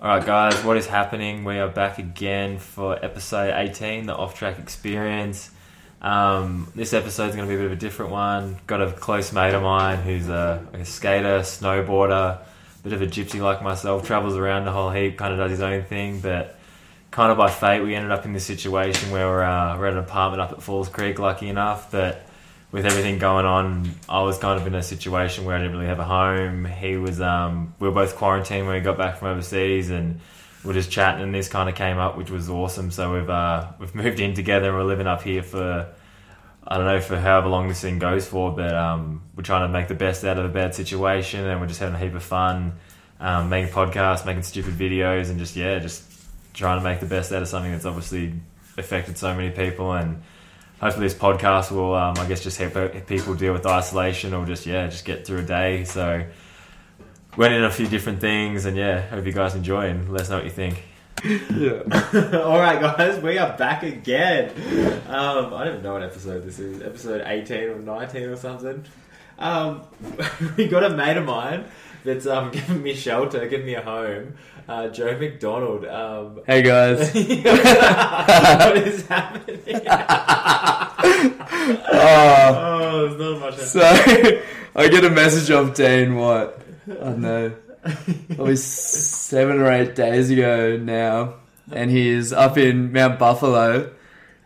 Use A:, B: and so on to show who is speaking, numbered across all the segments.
A: All right, guys, what is happening? We are back again for episode 18, the off track experience. Um, this episode is going to be a bit of a different one. Got a close mate of mine who's a, a skater, snowboarder, bit of a gypsy like myself, travels around a whole heap, kind of does his own thing, but kind of by fate, we ended up in this situation where we're, uh, we're at an apartment up at Falls Creek, lucky enough, but with everything going on, I was kind of in a situation where I didn't really have a home. He was, um, we were both quarantined when we got back from overseas, and we are just chatting, and this kind of came up, which was awesome. So we've uh, we've moved in together, and we're living up here for I don't know for however long this thing goes for, but um, we're trying to make the best out of a bad situation, and we're just having a heap of fun, um, making podcasts, making stupid videos, and just yeah, just trying to make the best out of something that's obviously affected so many people and hopefully this podcast will, um, I guess, just help people deal with isolation or just yeah, just get through a day. So went in a few different things, and yeah, hope you guys enjoy and let us know what you think.
B: All right, guys, we are back again. Um, I don't even know what episode this is. Episode 18 or 19 or something. Um, we got a mate of mine that's um, giving me shelter, giving me a home. Uh, Joe McDonald. Um,
C: Hey guys.
B: what is happening?
C: Oh,
B: Oh, there's not much.
C: so I get a message off Dean what I don't know, probably seven or eight days ago now, and he is up in Mount Buffalo.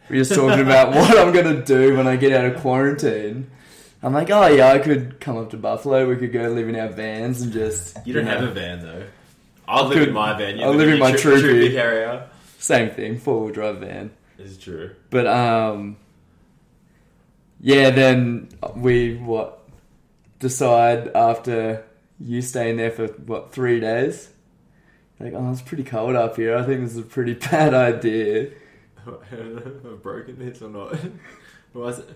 C: We're just talking about what I'm gonna do when I get out of quarantine. I'm like, oh yeah, I could come up to Buffalo. We could go live in our vans and just
B: you don't
C: know,
B: have a van, though. I'll live in
C: Good.
B: my van. You
C: I'll live in my
B: your tr-
C: troopy.
B: troopy carrier.
C: same thing, four wheel drive van.
B: It's true.
C: But um, yeah. Then we what decide after you staying there for what three days? Like, oh, it's pretty cold up here. I think this is a pretty bad idea.
B: Have I broken this or not? What was it?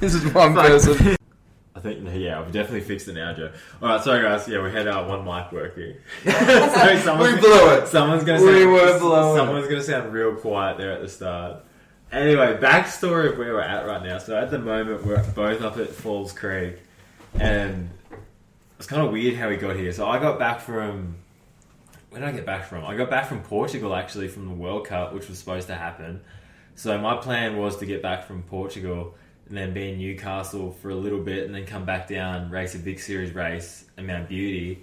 C: This is one
B: Fuck.
C: person.
B: I think yeah, I've definitely fixed it now, Joe. All right, sorry guys. Yeah, we had uh, one mic working. so someone's,
C: We blew it.
B: Someone's gonna.
C: We
B: sound,
C: were blowing
B: Someone's gonna sound real quiet there at the start. Anyway, backstory of where we're at right now. So at the moment, we're both up at Falls Creek, and it's kind of weird how we got here. So I got back from. Where did I get back from? I got back from Portugal actually from the World Cup, which was supposed to happen. So my plan was to get back from Portugal and then be in Newcastle for a little bit, and then come back down, race a big series race in Mount Beauty,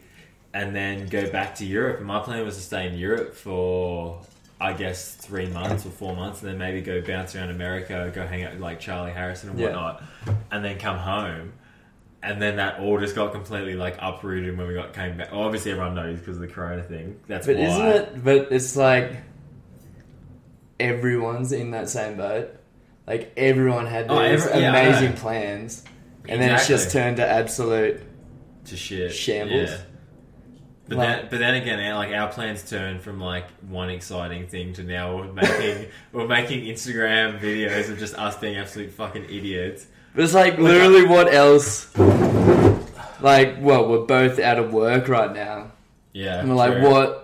B: and then go back to Europe. And my plan was to stay in Europe for I guess three months or four months, and then maybe go bounce around America, go hang out with like Charlie Harrison and
C: Yeah.
B: whatnot, and then come home. And then that all just got completely like uprooted when we got came back. Well, obviously, everyone knows because of the Corona thing. That's
C: But
B: why.
C: isn't it? But it's like everyone's in that same boat. Like everyone had these
B: Oh, every- yeah, I know.
C: amazing plans, and then it's just
B: Exactly.
C: turned to absolute.
B: to shit
C: Shambles.
B: Yeah. But
C: Like-
B: then, but then again, our, like our plans turn from like one exciting thing to now we're making we're making Instagram videos of just us being absolute fucking idiots.
C: But it's like literally what else? Like, well, we're both out of work right now,
B: Yeah,
C: and we're like,
B: true.
C: what?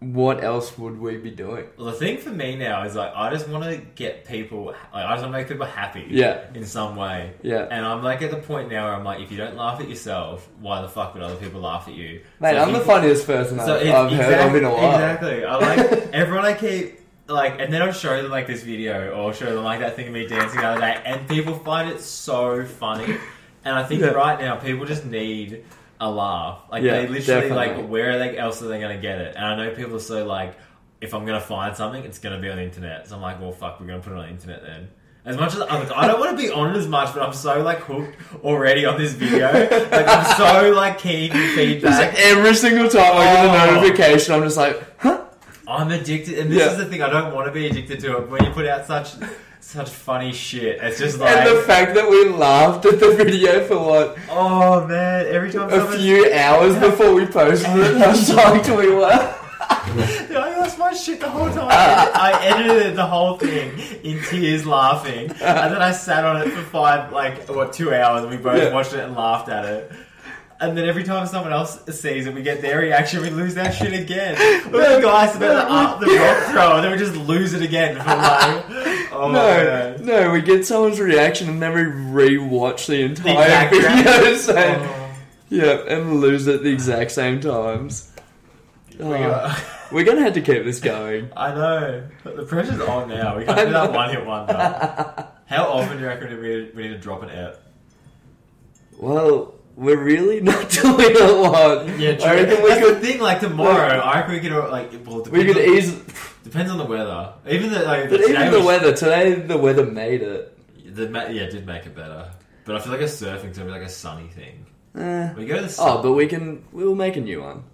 C: What else would we be doing?
B: Well, the thing for me now is like I just want to get people, like, I just want to make people happy,
C: Yeah.
B: in some way.
C: Yeah.
B: And I'm like at the point now where I'm like, if you don't laugh at yourself, why the fuck would other people laugh at you?
C: Mate,
B: So if
C: I'm the
B: you-
C: funniest person I've,
B: it-
C: I've heard of in a while.
B: Exactly. I like everyone. I keep like, and then I'll show them like this video, or I'll show them like that thing of me dancing the other day, and people find it so funny. And I think
C: Yeah.
B: right now people just need a laugh. Like
C: Yeah,
B: they literally like,
C: definitely.
B: where like else are they going to get it? And I know people are so like, if I'm going to find something, it's going to be on the internet. So I'm like, well, fuck, we're going to put it on the internet then. As much as I'm, I don't want to be on it as much, but I'm so like hooked already on this video. Like I'm so like keen for
C: Just
B: feedback.
C: every single time I get
B: Oh.
C: a notification, I'm just like, huh?
B: I'm addicted, and this
C: Yeah.
B: is the thing. I don't want to be addicted to it. When you put out such such funny shit, it's just like,
C: And the fact that we laughed at the video for what
B: oh man, every time
C: a
B: someone,
C: few hours before we posted it, how shocked we were.
B: Yeah, I lost my shit the whole time. I edited the whole thing in tears, laughing, and then I sat on it for five, like what, two hours, and we both
C: Yeah.
B: watched it and laughed at it. And then every time someone else sees it, we get their reaction, we lose that shit again. We're the guys about to up the rock throw, and then we just lose it again. For like, oh my god.
C: No, no, we get someone's reaction and then we re-watch the entire
B: exact
C: video. So,
B: Oh.
C: Yeah, and lose at the exact same times.
B: We got-
C: We're gonna have to keep this going.
B: I know, but the pressure's on now. We can't
C: I
B: do that
C: know.
B: one hit wonder. How often do you reckon we need, we need to drop an app?
C: Well, we're really not doing a lot. I reckon we
B: That's
C: could.
B: the thing. Like tomorrow, I reckon we could uh, like. Well, it
C: We
B: depends
C: could
B: on-
C: easily,
B: Depends on the weather. Even the like.
C: but
B: today
C: even the
B: was-
C: weather today, the weather made it.
B: The ma- yeah, it did make it better. But I feel like a surfing's gonna be like a sunny thing.
C: Eh.
B: We go to the sun.
C: Oh, but we can. We'll make a new one.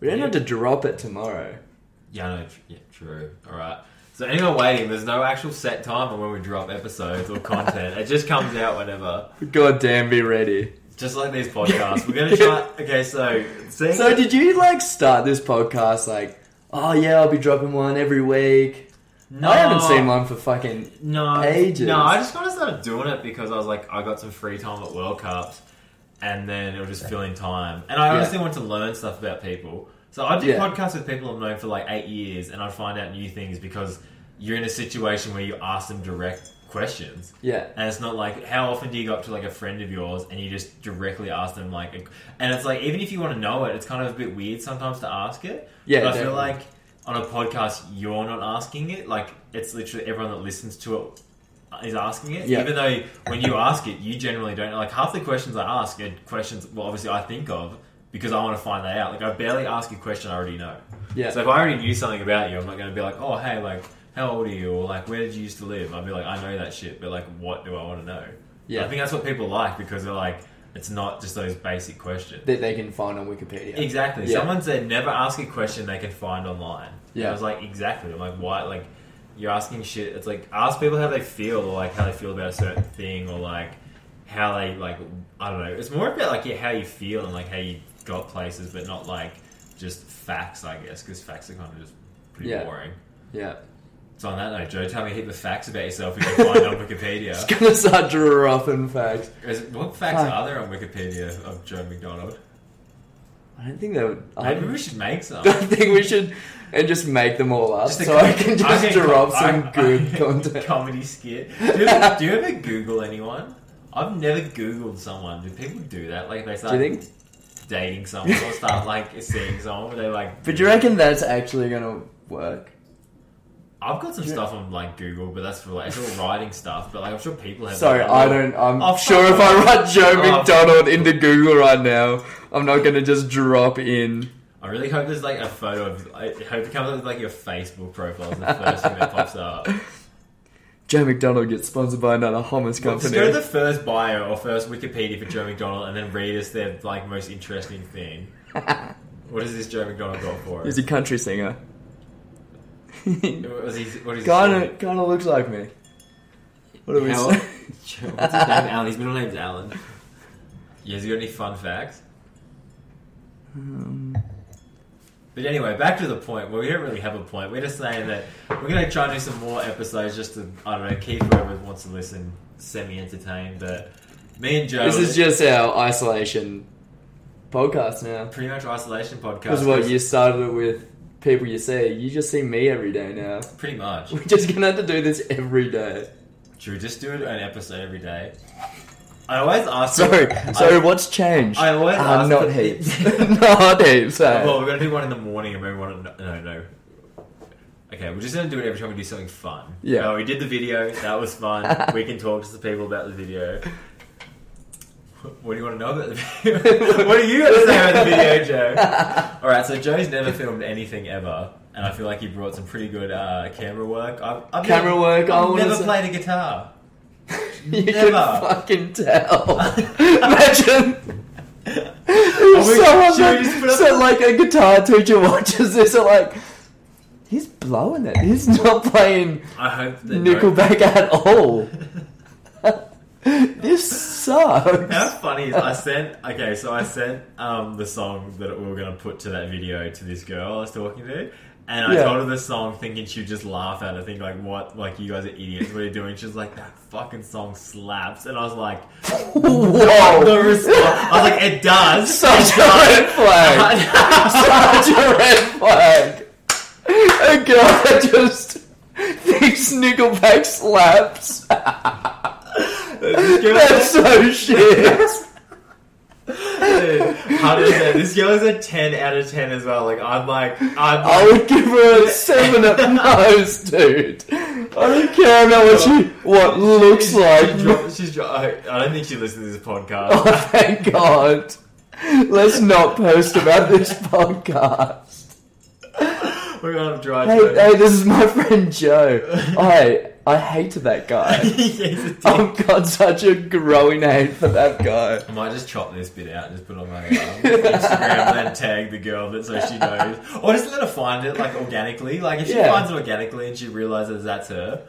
C: We don't
B: Yeah.
C: have to drop it tomorrow.
B: Yeah, I know. tr- Yeah, true. All right. So anyone waiting, there's no actual set time on when we drop episodes or content. it just comes out whenever.
C: Goddamn, be ready.
B: Just like these podcasts, we're gonna try. Okay, so seeing
C: So, did you like start this podcast like, oh yeah, I'll be dropping one every week?
B: no,
C: I haven't seen one for fucking.
B: No,
C: ages.
B: No, I just kind of started doing it because I was like, I got some free time at World Cups, and then it was just filling time. And I
C: Yeah.
B: honestly wanted to learn stuff about people, so I do
C: Yeah.
B: podcasts with people I've known for like eight years, and I find out new things because you're in a situation where you ask them direct questions.
C: Yeah.
B: And it's not like how often do you go up to like a friend of yours and you just directly ask them like, a- and it's like even if you want to know it, it's kind of a bit weird sometimes to ask it.
C: Yeah,
B: but I feel
C: definitely.
B: like on a podcast you're not asking it. Like it's literally everyone that listens to it is asking it.
C: Yeah.
B: Even though when you ask it, you generally don't like half the questions I ask are questions. Well, obviously I think of because I want to find that out. Like I barely ask a question I already know.
C: Yeah.
B: So if I already knew something about you, I'm not going to be like, oh, hey, like, how old are you? Or like, where did you used to live? I'd be like, I know that shit, but like, what do I want to know?
C: Yeah.
B: I think that's what people like because they're like, it's not just those basic questions.
C: that they can find on Wikipedia.
B: Exactly.
C: Yeah.
B: Someone said never ask a question they can find online.
C: Yeah.
B: I was like, exactly. I'm like, why? Like, you're asking shit. It's like ask people how they feel, or like how they feel about a certain thing, or like how they like. I don't know. It's more about like yeah, how you feel and like how you got places, but not like just facts, I guess, because facts are kind of just pretty
C: Yeah.
B: boring.
C: Yeah.
B: So on that note, Joe, tell me a heap of facts about yourself if you find on Wikipedia.
C: It's gonna start dropping facts.
B: Is- what facts
C: Fuck.
B: are there on Wikipedia of Joe McDonald?
C: I don't think they would. I
B: Maybe we should make some.
C: don't think we should. And just make them all up
B: Just a
C: so
B: co-
C: I can just
B: I can
C: drop
B: co-
C: some
B: I-
C: good
B: I-
C: content.
B: Comedy skit. Do you, ever, do you ever Google anyone? I've never Googled someone. Do people do that? Like they
C: Do
B: start
C: you think?
B: dating someone or start like seeing someone where they like.
C: But do you reckon that's actually gonna work?
B: I've got some
C: do you-
B: stuff on like Google, but that's for like it's all writing stuff. But like I'm sure people have.
C: Sorry,
B: like,
C: I don't. I'm
B: Oh, fuck
C: sure if I write Joe
B: Oh, fuck.
C: McDonald into Google right now, I'm not gonna just drop in.
B: I really hope there's like a photo of. I hope it comes up with like your Facebook profile is the first thing that pops up.
C: Joe McDonald gets sponsored by another hummus
B: Well,
C: company.
B: Just go to the first bio or first Wikipedia for Joe McDonald and then read us their like most interesting thing. what has this Joe McDonald got for
C: He's
B: us?
C: a country singer.
B: What
C: kinda,
B: was he, what is his story?
C: kinda looks like me. What do we
B: How-
C: say?
B: Joe- What's his name? Alan. His middle name's Alan. Yeah, has he got any fun facts?
C: Um,
B: But anyway, back to the point. Well, we don't really have a point. We're just saying that we're going to try and do some more episodes just to, I don't know, keep whoever wants to listen semi entertained. But me and Joe.
C: This is just our isolation podcast now.
B: pretty much isolation podcast.
C: Because what you started it with, people you see, you just see me every day now.
B: Pretty much.
C: We're just gonna have to do this every day.
B: Should we just do an episode every day? I always ask.
C: Sorry,
B: I-
C: sorry, what's changed?
B: I always
C: uh,
B: ask
C: not
B: the-
C: heaps, not heaps. eh?
B: well, we're gonna do one in the morning and maybe one. In, no, no. Okay, we're just gonna do it every time we do something fun.
C: Yeah.
B: Uh, we did the video. That was fun. we can talk to the people about the video. Wh- What do you want to know about the video? what do you going to say about the video, Joe? All right, so Joe's never filmed anything ever, and I feel like he brought some pretty good uh, camera work. I've, I've
C: Camera
B: never,
C: work, I
B: I've
C: wanna
B: never
C: say-
B: played a guitar.
C: you can
B: never.
C: fucking tell. Imagine.
B: Oh, we-
C: Someone
B: should we
C: that-
B: just put up
C: so
B: the-
C: like a guitar teacher watches this and like he's blowing it. He's not playing
B: I hope that no-
C: Nickelback at all. this sucks.
B: How funny is I sent okay, so I sent um, the song that we were gonna put to that video to this girl I was talking to, and I
C: Yeah.
B: told her the song thinking she'd just laugh at it, think like what like you guys are idiots, what are you doing? She was like that fucking song slaps, and I was like, the
C: Whoa.
B: response. I was like it does.
C: Such a red flag. Such a red flag. A girl that just thinks Nickelback slaps.
B: This girl-
C: That's so shit.
B: Hundred percent. This girl is a ten out of ten as well. Like I'm like I'm
C: I would give her a seven at most, dude. I don't care about what she what looks
B: She's,
C: like.
B: dro- she's dro- I I don't think she listens to this podcast.
C: Oh, thank God. Let's not post about this podcast.
B: We're gonna try
C: Hey,
B: to.
C: hey, this is my friend Joe. I I hate that guy.
B: He's a dick.
C: I've got such a growing hate for that guy.
B: I might just chop this bit out and just put it on my um, Instagram and then tag the girl that so she knows. Or just let her find it like organically. Like if she
C: Yeah.
B: finds it organically and she realizes that's her.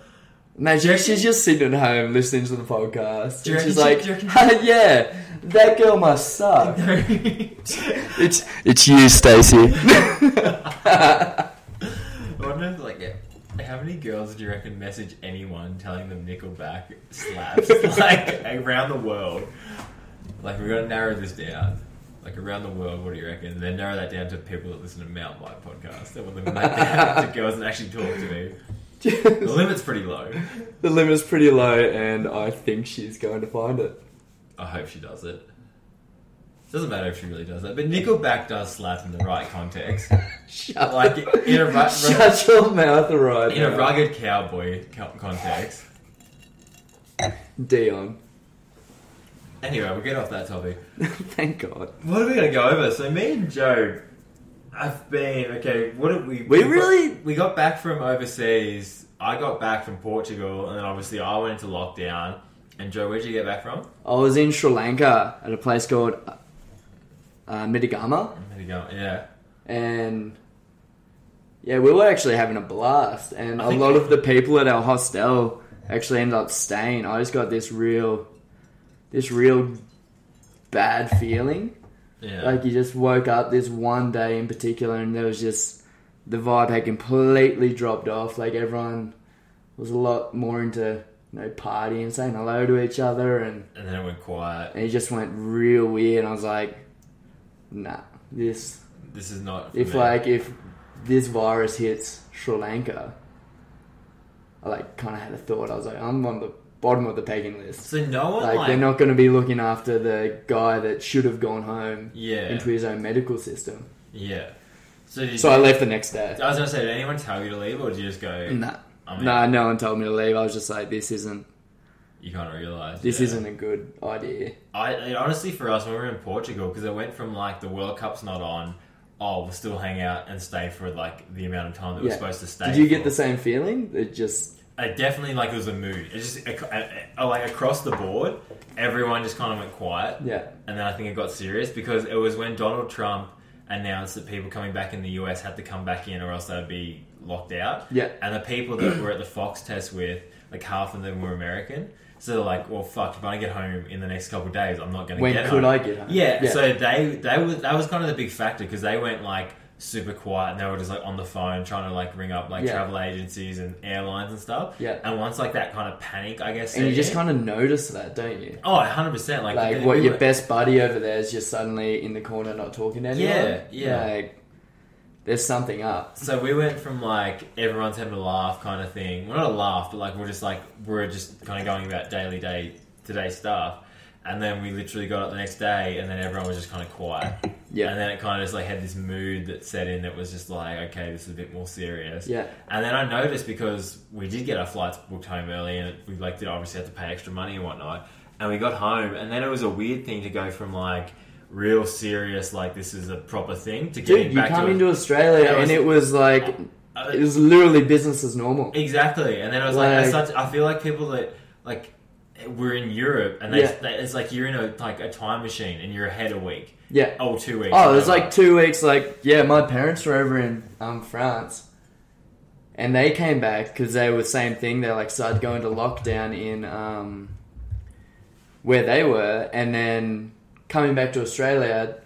C: Man, do you reckon she's just sitting at home listening to the podcast.
B: Do you
C: And she's
B: reckon
C: like,
B: she- do you
C: "Ha, yeah, that girl must suck.
B: I
C: It's it's you, Stacey.
B: wonder if, like yeah, how many girls do you reckon message anyone telling them Nickelback slaps like around the world? Like we're gonna narrow this down. Like around the world, what do you reckon? And then narrow that down to people that listen to Mount Light podcast. That want them to make that to girls and actually talk to me. The
C: the
B: limit's pretty low.
C: limit's pretty low, and I think she's going to find it.
B: I hope she does it. Doesn't matter if she really does it, but Nickelback does slap in the right context,
C: Shut
B: like in a ru-
C: Shut your mouth right
B: in a
C: now.
B: rugged cowboy co- context.
C: Dion.
B: Anyway, we'll get off that topic.
C: Thank God.
B: What are we gonna go over? So me and Joe, I've been okay. What did we?
C: We
B: got-
C: really-
B: we got back from overseas. I got back from Portugal, and then obviously I went into lockdown. And Joe, where'd you get back from?
C: I was in Sri Lanka at a place called uh, Mitigama,
B: Where'd you go? Yeah.
C: and yeah, we were actually having a blast. And
B: I
C: a
B: think-
C: lot of the people at our hostel actually ended up staying. I just got this real, this real bad feeling.
B: Yeah.
C: Like you just woke up this one day in particular, and there was just the vibe had completely dropped off. Like everyone was a lot more into you know partying, saying hello to each other, and
B: and then it went quiet.
C: and it just went real weird. And I was like, nah, this
B: This is not. for
C: if
B: me.
C: like if this virus hits Sri Lanka, I like kind of had a thought. I was like, I'm on the bottom of the pecking list.
B: so, no one
C: Like
B: like,
C: they're not going to be looking after the guy that should have gone home
B: yeah
C: into his own medical system.
B: yeah. So did
C: So
B: you,
C: I left the next day.
B: I was gonna say, did anyone tell you to leave, or did you just go?
C: Nah,
B: Oh, I mean,
C: nah, no one told me to leave. I was just like, this isn't
B: you kind of realize
C: this
B: yeah.
C: isn't a good idea.
B: I it, honestly, for us, when we were in Portugal, because it went from like the World Cup's not on. Oh, we'll still hang out and stay for like the amount of time that we're
C: Yeah.
B: supposed to stay.
C: Did you get
B: for.
C: the same feeling? It just
B: I definitely like it was a mood. It just ac- a- a- like across the board, everyone just kind of went quiet.
C: yeah,
B: and then I think it got serious because it was when Donald Trump announced that people coming back in the US had to come back in or else they'd be locked out.
C: Yeah.
B: And the people that were at the Fox test with, like half of them were American. So they're like, well, fuck, if I get home in the next couple of days, I'm not going to
C: when
B: get
C: could
B: home.
C: I get home?
B: Yeah, so they they was that was kind of the big factor because they went like super quiet and they were just like on the phone trying to like ring up like
C: Yeah.
B: travel agencies and airlines and stuff.
C: Yeah.
B: And once like that kind of panic, I guess.
C: and you
B: set
C: just
B: in-
C: kind of notice that, don't you?
B: oh, 100%. Like,
C: like
B: we
C: what your
B: were-
C: best buddy over there is just suddenly in the corner not talking to anyone.
B: Yeah, yeah.
C: Like there's something up.
B: So we went from like everyone's having a laugh kind of thing. Well, not a laugh, but like we're just like we're just kind of going about daily day to day stuff. And then we literally got up the next day, and then everyone was just kind of quiet.
C: Yeah.
B: And then it kind of just like had this mood that set in that was just like, okay, this is a bit more serious.
C: Yeah.
B: And then I noticed because we did get our flights booked home early, and we like did obviously have to pay extra money and whatnot. And we got home, and then it was a weird thing to go from like real serious, like this is a proper thing, to getting
C: Dude, you
B: back
C: come
B: to a-
C: into Australia
B: Yeah, it
C: and it was like
B: uh,
C: it was literally business as normal.
B: Exactly, and then I was like, it's
C: Like-
B: such, I feel like people that like we're in Europe, and they,
C: Yeah.
B: they- it's like you're in a like a time machine, and you're ahead a week,
C: Yeah.
B: oh two weeks.
C: Oh, it was
B: whatever.
C: like two weeks. Like, yeah, my parents were over in um, France, and they came back because they were same thing. They like started going to lockdown in um, where they were, and then coming back to Australia,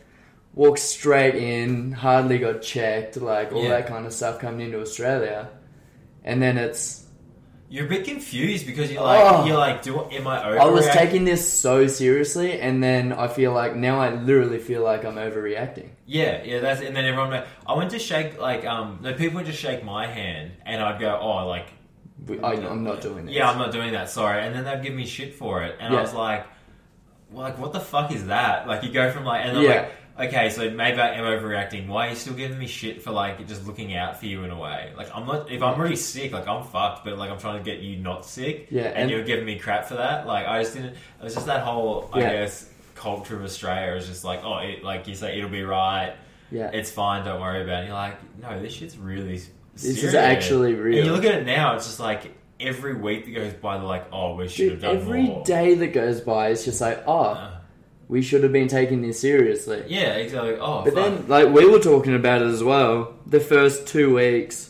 C: walked straight in, hardly got checked, like all
B: Yeah.
C: that kind of stuff coming into Australia, and then it's
B: you're a bit confused because you're like
C: Oh.
B: you're like, do am I overreacting?
C: I was taking this so seriously, and then I feel like now I literally feel like I'm overreacting.
B: Yeah, yeah, that's and then everyone. Went, I went to shake like um, no people would just shake my hand, and I'd go, oh, like
C: We- I, I'm Oh, not doing this.
B: yeah, I'm not doing that, sorry, and then they'd give me shit for it, and
C: Yeah.
B: I was like, like, what the fuck is that? Like, you go from like, and I'm
C: Yeah.
B: like, okay, so maybe I am overreacting. Why are you still giving me shit for like just looking out for you in a way? Like, I'm not. If I'm already sick, like I'm fucked. But like, I'm trying to get you not sick.
C: Yeah,
B: and,
C: and-
B: you're giving me crap for that. Like, I just didn't. It was just that whole, I
C: Yeah.
B: guess, culture of Australia is just like, oh, it, like you say, it'll be right.
C: Yeah.
B: It's fine. Don't worry about it. You're like, no, this shit's really. Serious.
C: This is actually
B: And
C: real.
B: you look at it now, it's just like every week that goes by, they're like, oh, we should have
C: Dude,
B: done
C: every
B: more.
C: day that goes by, it's just like, oh,
B: Uh,
C: we should have been taking this seriously.
B: yeah, exactly. Oh,
C: But
B: fuck.
C: then, like, we were talking about it as well. The first two weeks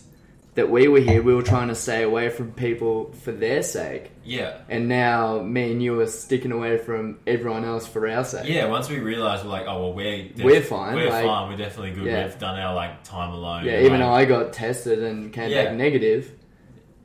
C: that we were here, we were trying to stay away from people for their sake.
B: yeah.
C: And now me and you are sticking away from everyone else for our sake.
B: Yeah, once we realised, we're like, oh, well, we're, def-
C: We're fine,
B: We're
C: like-
B: fine. We're definitely good.
C: Yeah.
B: We've done our, like, time alone.
C: Yeah, even
B: like-
C: I got tested and came
B: Yeah.
C: back negative.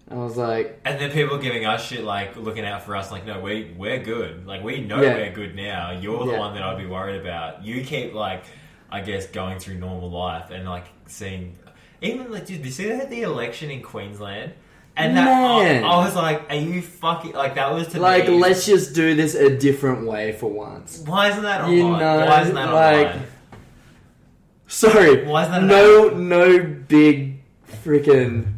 C: I was like,
B: And then people giving us shit, like, looking out for us, like, no, we, we're good. Like, we know
C: Yeah.
B: we're good now. You're the
C: Yeah.
B: one that I'd be worried about. You keep, like, I guess, going through normal life and, like, seeing. Even, like, dude, did you see they had the election in Queensland? And that, I,
C: Man.
B: I was like, are you fucking. Like, that was to
C: like,
B: me.
C: let's just do this a different way for once.
B: Why isn't that online?
C: You know,
B: Why isn't that
C: like-
B: online?
C: Sorry.
B: Why is that an
C: no no big freaking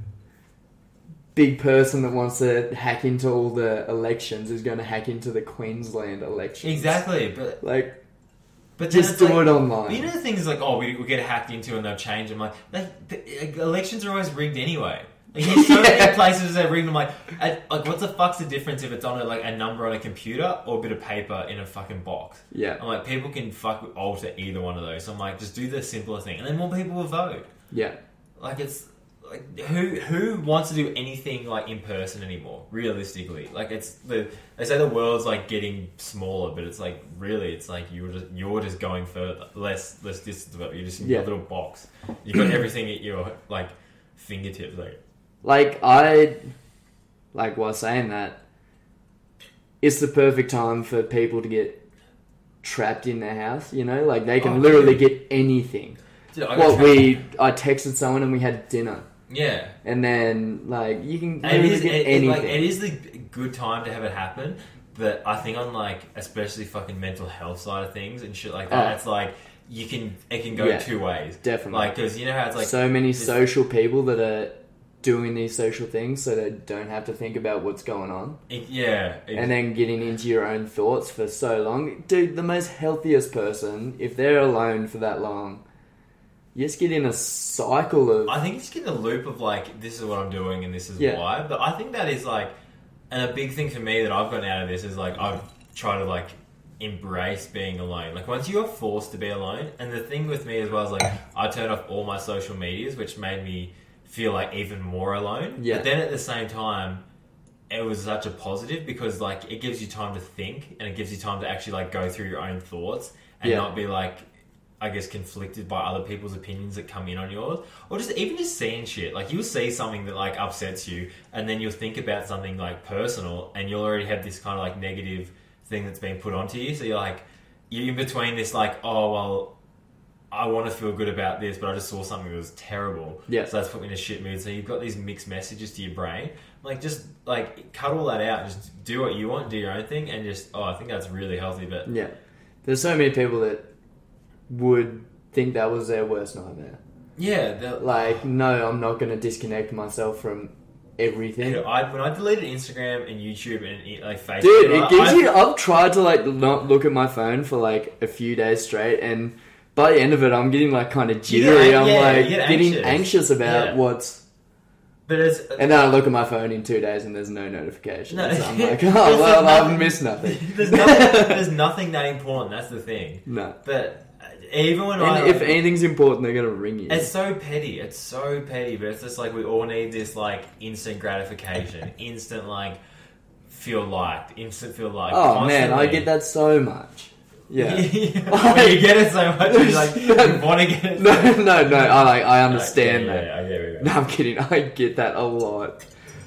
C: big person that wants to hack into all the elections is going to hack into the Queensland elections.
B: Exactly, but
C: Like
B: but then
C: just
B: it's
C: do
B: like-
C: it
B: but
C: online.
B: You know the things like oh we, we get hacked into and they'll change. I'm like, like the, like, elections are always rigged anyway. Like there's so
C: Yeah.
B: many places that are rigged. I'm like, I, like what the fuck's the difference if it's on a, like a number on a computer or a bit of paper in a fucking box?
C: yeah.
B: I'm like, people can fuck alter either one of those. So I'm like, just do the simpler thing, and then more people will vote.
C: Yeah.
B: Like it's like who who wants to do anything like in person anymore? Realistically, like it's the they say the world's like getting smaller, but it's like really it's like you're just you're just going further less less distance. But you're just in
C: Yeah.
B: your little box. You have got everything at your like fingertips. Like
C: Like I like while saying that it's the perfect time for people to get trapped in their house, you know? Like they can
B: Oh,
C: literally get anything.
B: dude, I got
C: What
B: tra-
C: we I texted someone and we had dinner.
B: yeah.
C: And then like you
B: And
C: can literally
B: it is
C: get
B: it, it,
C: anything.
B: like it is the good time to have it happen. But I think on like especially fucking mental health side of things and shit like that,
C: Oh.
B: it's like you can it can go
C: Yeah.
B: two ways.
C: Definitely.
B: Like because you know how it's like
C: so many
B: this-
C: social people that are doing these social things so they don't have to think about what's going on
B: It- yeah, it-
C: and then getting into your own thoughts for so long dude the most healthiest person if they're alone for that long you just get in a cycle of
B: I think it's getting a loop of like this is what I'm doing and this is
C: Yeah.
B: why. But I think that is like, and a big thing for me that I've gotten out of this is like I've tried to like embrace being alone. Like once you are forced to be alone, and the thing with me as well is like I turned off all my social medias, which made me feel like even more alone.
C: Yeah.
B: But then at the same time, it was such a positive because like it gives you time to think and it gives you time to actually like go through your own thoughts and
C: Yeah.
B: not be like I guess conflicted by other people's opinions that come in on yours or just even just seeing shit like you'll see something that like upsets you and then you'll think about something like personal and you'll already have this kind of like negative thing that's been put onto you so you're like you're in between this like oh well I want to feel good about this, but I just saw something that was terrible.
C: Yeah.
B: So that's put me in a shit mood. So you've got these mixed messages to your brain. Like, just like cut all that out. Just do what you want, do your own thing, and just, oh, I think that's really healthy. But
C: yeah there's so many people that would think that was their worst nightmare
B: yeah, the,
C: like no i'm not going to disconnect myself from everything
B: dude, I, when I deleted Instagram and YouTube and like Facebook,
C: Dude, it
B: I-
C: gives
B: I-
C: you. I've tried to like not look at my phone for like a few days straight, and by the end of it, I'm getting like kind of
B: You get
C: jittery.
B: an-
C: I'm
B: yeah,
C: like
B: you get
C: getting
B: anxious.
C: anxious, about
B: Yeah.
C: what's.
B: But it's
C: And then I look at my phone in two days, and there's no notifications.
B: No.
C: So I'm like, oh
B: There's no
C: well,
B: nothing.
C: I've missed nothing.
B: there's nothing, there's nothing that important. That's the thing.
C: no.
B: But uh, even when I
C: And if anything's important, they're gonna ring you.
B: It's so petty. It's so petty, but it's just like we all need this like instant gratification, instant like feel liked, instant feel liked.
C: oh man, I
B: constantly.
C: get that so much. Yeah.
B: When you get it so much, you like you want to get it.
C: no, no, no. I like. I understand
B: yeah,
C: that.
B: Yeah, yeah, yeah, yeah.
C: No, I'm kidding. I get that a lot.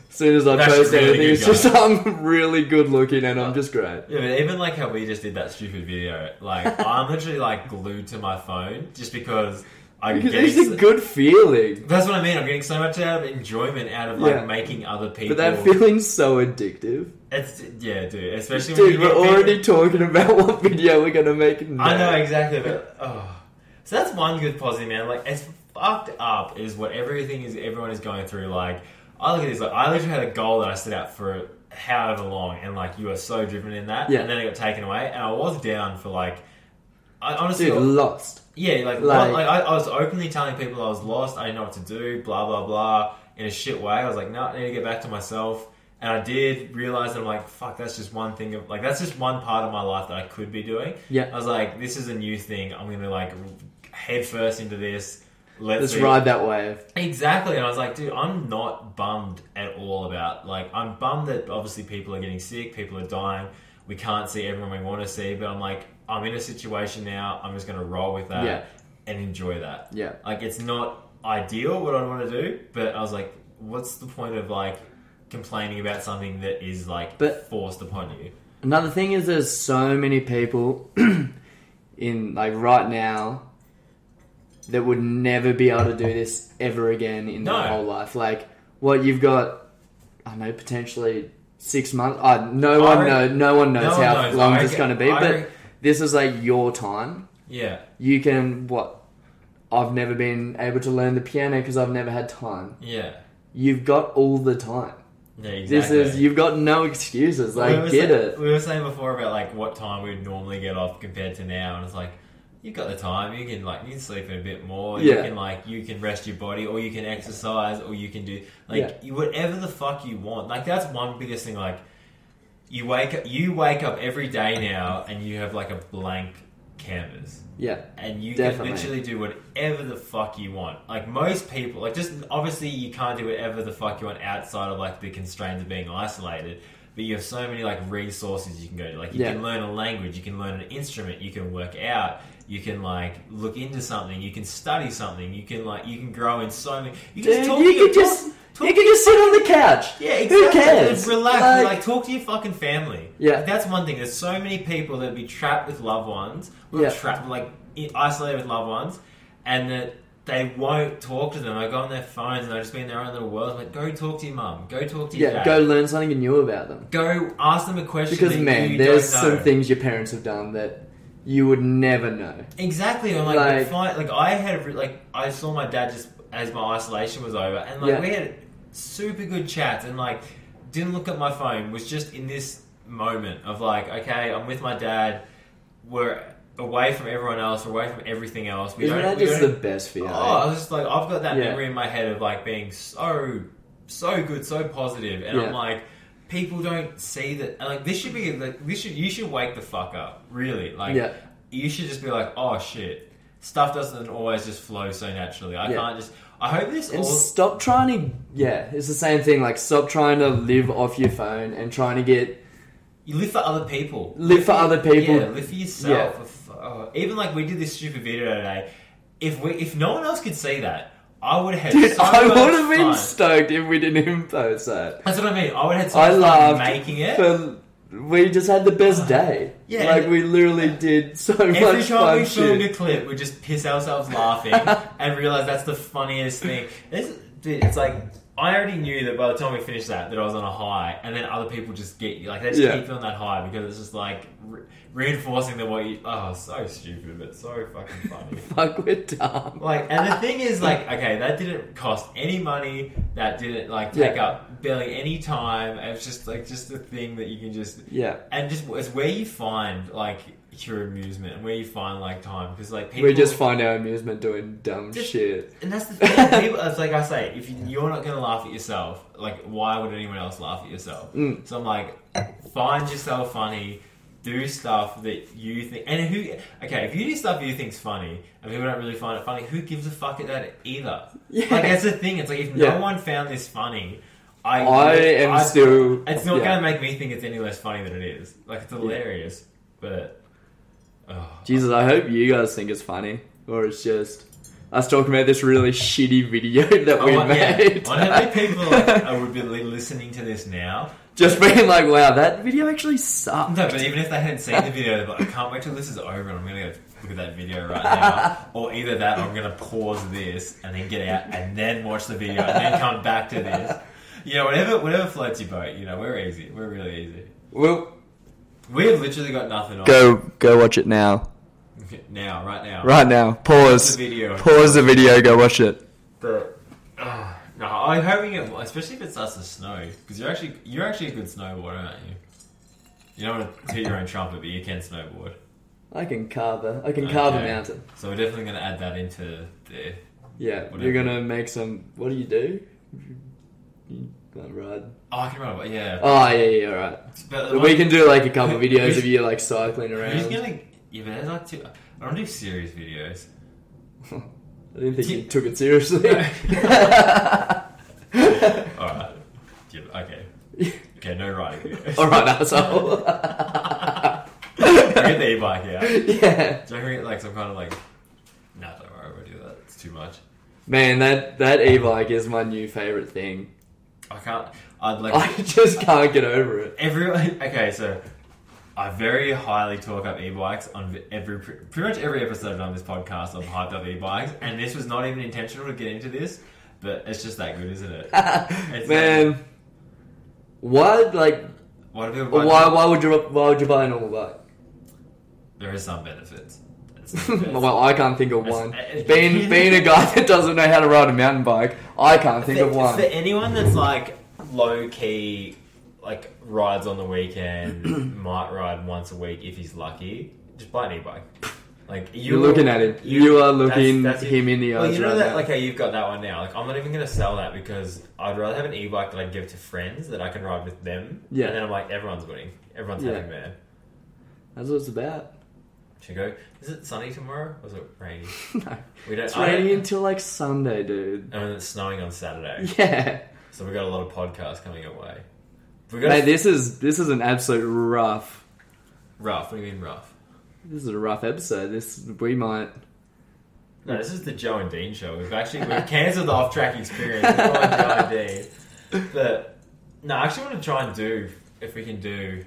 C: As soon as I
B: That's
C: post
B: really
C: anything,
B: good
C: it's just I'm really good looking and I'm just great.
B: Yeah, but even like how we just did that stupid video, like I'm literally like glued to my phone just because I'm
C: because
B: getting.
C: it's a good feeling,
B: that's what I mean. I'm getting so much out of enjoyment out of like
C: Yeah.
B: making other people.
C: but that feeling's so addictive.
B: it's yeah, dude. Especially when you
C: Dude,
B: get
C: we're
B: people-
C: already talking about what video we're gonna make. Now.
B: I know exactly, but oh. so that's one good positive, man. Like as fucked up is what everything is. Everyone is going through. Like I look at this. Like I literally had a goal that I set out for however long, and like you are so driven in that.
C: Yeah.
B: And then it got taken away, and I was down for like. I honestly,
C: Dude, lost.
B: yeah, like,
C: Like-
B: like, I, I was openly telling people I was lost, I didn't know what to do, blah blah blah, in a shit way. I was like, no, I need to get back to myself, and I did realize that I'm like, fuck, that's just one thing, of, like that's just one part of my life that I could be doing.
C: Yeah.
B: I was like, this is a new thing. I'm gonna like head first into this. Let's
C: Let's
B: see-
C: ride that wave.
B: Exactly, and I was like, dude, I'm not bummed at all about like I'm bummed that obviously people are getting sick, people are dying, we can't see everyone we want to see, but I'm like, I'm in a situation now, I'm just gonna roll with that
C: Yeah.
B: and enjoy that.
C: Yeah.
B: Like it's not ideal what I want to do, but I was like, what's the point of like complaining about something that is like
C: But-
B: forced upon you?
C: Another thing is, there's so many people in like right now that would never be able to do this ever again in
B: No.
C: their whole life. Like, what you've got, I don't know, potentially six months. I no one
B: I
C: know, no one knows
B: no one
C: how
B: knows.
C: long
B: I
C: this is
B: reckon-
C: going to be.
B: I
C: But
B: reckon-
C: this is like your time.
B: Yeah.
C: You can what? I've never been able to learn the piano because I've never had time.
B: Yeah.
C: You've got all the time.
B: Yeah, exactly.
C: This is you've got no excuses. Like,
B: were
C: get
B: saying,
C: it.
B: We were saying before about like what time we'd normally get off compared to now, and it's like you've got the time. You can like you can sleep in a bit more. You
C: Yeah.
B: can like you can rest your body, or you can exercise, or you can do like
C: Yeah.
B: you, whatever the fuck you want. Like that's one biggest thing. Like you wake up, you wake up every day now, and you have like a blank canvas
C: Yeah,
B: and you
C: Definitely.
B: can literally do whatever the fuck you want. Like most people, like just obviously you can't do whatever the fuck you want outside of like the constraints of being isolated. But you have so many like resources you can go to. Like you
C: Yeah.
B: can learn a language, you can learn an instrument, you can work out, you can like look into something, you can study something, you can like you can grow in so many. You can
C: Dude,
B: just talk.
C: you
B: to your-
C: could just-
B: talk- talk
C: you can just sit on the couch.
B: yeah, exactly.
C: Who cares?
B: Just Relax.
C: Like-
B: Like, talk to your fucking family.
C: Yeah.
B: Like, that's one thing. There's so many people that be trapped with loved ones, or
C: Yeah.
B: trapped like i- isolated with loved ones, and that they won't talk to them. They go on their phones and they just be in their own little world. Like, go talk to your mum. Go talk to your
C: Yeah,
B: dad.
C: go learn something new about them.
B: Go ask them a question.
C: Because
B: that
C: man,
B: you
C: there's
B: don't know.
C: some things your parents have done that you would never know.
B: Exactly. I'm like,
C: Like-
B: fine, like I had re- like I saw my dad just as my isolation was over, and like
C: Yeah.
B: we had super good chats, and like didn't look at my phone. Was just in this moment of like, okay, I'm with my dad. We're away from everyone else, we're away from everything else. We
C: Isn't
B: don't.
C: that
B: we
C: just the
B: don't
C: best feeling?
B: Oh, I was just like, I've got that
C: Yeah.
B: memory in my head of like being so, so good, so positive, and
C: Yeah.
B: I'm like, people don't see that. And like, this should be like, this should you should wake the fuck up, really. Like,
C: Yeah.
B: you should just be like, oh shit, stuff doesn't always just flow so naturally. I
C: Yeah.
B: can't just. I hope this
C: and
B: all.
C: stop trying to. Yeah, it's the same thing. Like stop trying to live off your phone and trying to get
B: You live for other people.
C: live for other people.
B: Yeah, live for yourself. If- oh, even like we did this stupid video today. If we, if no one else could see that, I would have.
C: Dude,
B: so
C: I
B: much
C: would have been
B: fun.
C: stoked if we didn't even post that.
B: That's what I mean. I would have had so
C: I
B: much fun
C: loved
B: making it.
C: For, we just had the best day.
B: Yeah,
C: like
B: and-
C: we literally did so
B: Every
C: much
B: time we
C: fun
B: filmed
C: shit.
B: a clip, we just piss ourselves laughing and realize that's the funniest thing. This, dude, it's like I already knew that by the time we finished that, that I was on a high, and then other people just get like they just
C: Yeah.
B: keep on that high because it's just like re- reinforcing the what you. Oh, so stupid, but so fucking funny.
C: Fuck, we're dumb.
B: Like, and the thing is, like, okay, that didn't cost any money. That didn't like take
C: Yeah.
B: up barely any time. It was just like just a thing that you can just
C: Yeah.
B: and just it's where you find like your amusement and where you find like time because like people
C: we just find our amusement doing dumb
B: Just-
C: shit.
B: and that's the thing people it's like I say if you, you're not gonna laugh at yourself like why would anyone else laugh at yourself
C: Mm.
B: so I'm like find yourself funny do stuff that you think and who okay if you do stuff you think's funny and people don't really find it funny who gives a fuck at that either
C: Yeah.
B: like that's the thing it's like if
C: Yeah.
B: no one found this funny I
C: I am
B: I-
C: still.
B: it's not
C: yeah.
B: going to make me think it's any less funny than it is. Like, it's hilarious, but. Oh.
C: Jesus, I hope you guys think it's funny, or it's just us talking about this really shitty video that we
B: I wonder- Oh, yeah.
C: made.
B: I wonder how many people like, I would be li- listening to this now.
C: just being like, "Wow, that video actually sucked."
B: No, but even if they hadn't seen the video, they'd be like, I can't wait till this is over and I'm going to go look at that video right now. or either that, I'm going to pause this and then get out and then watch the video and then come back to this. You know, whatever, whatever floats your boat. You know, we're easy. We're really easy.
C: Well,
B: We have literally got nothing on
C: go go watch it now,
B: now, right now.
C: right now.
B: The
C: Pause.
B: video.
C: Pause the video. Go watch it.
B: But oh, no, I'm hoping it. Especially if it starts to snow, because you're actually you're actually a good snowboarder, aren't you? You don't want to toot your own trumpet, but you can snowboard.
C: I can carve a I can
B: carve
C: carve
B: a
C: a
B: Okay.
C: mountain.
B: So we're definitely going to add that into the.
C: Yeah,
B: Whatever.
C: you're gonna make some. What do you do? You can't ride.
B: Oh, I can run away. Yeah.
C: Oh yeah, yeah, all right.
B: But
C: We can do like a couple
B: Who-
C: videos
B: who's-
C: of you like cycling
B: Who's
C: around.
B: gonna? Yeah, but there's like two. I don't do serious videos.
C: I didn't think you
B: Do-
C: took it seriously.
B: All right. Yeah, okay. Okay, no riding videos.
C: All right, asshole.
B: I get the e-bike out.
C: yeah,
B: Do I get like some kind of like? No, don't worry, we'll do that. It's too much.
C: man, that that e-bike is my new favorite thing.
B: I can't. I'd like.
C: I just can't get over it.
B: Everyone, okay, so I very highly talk up e-bikes on every pretty much every episode on this podcast. I've hyped up e-bikes, and this was not even intentional to get into this, but it's just that good, isn't it? It's
C: Man, why like
B: like, why do people buy?
C: why why would you why would you buy a normal bike?
B: There is some benefits. It's not the best.
C: well, I can't think of
B: It's-
C: one.
B: it's-
C: Being being a guy that doesn't know how to ride a mountain bike, I can't think of
B: For-
C: one.
B: for anyone that's like low key, like rides on the weekend, might ride once a week if he's lucky. Just buy an e-bike. Like
C: You're looking at him. You are looking him in the
B: Well,
C: eyes
B: you know
C: right
B: that,
C: now.
B: like how you've got that one now. Like, I'm not even going to sell that because I'd rather have an e-bike that I give to friends that I can ride with them.
C: Yeah.
B: And then I'm like, everyone's winning. Everyone's
C: Yeah.
B: having man.
C: That's what it's about.
B: Should I go? Is it sunny tomorrow? Or is it rainy?
C: no,
B: We don't.
C: it's
B: I don't-
C: raining until like Sunday, dude.
B: And then it's snowing on Saturday,
C: Yeah,
B: so we got a lot of podcasts coming your way. We got
C: mate, this is this is an absolute rough.
B: rough. What do you mean rough?
C: This is a rough episode. This we might.
B: No, this is the Joe and Dean show. We've actually we've cancelled the off track experience. We're on Joe and Dean. But no, I actually want to try and do if we can do.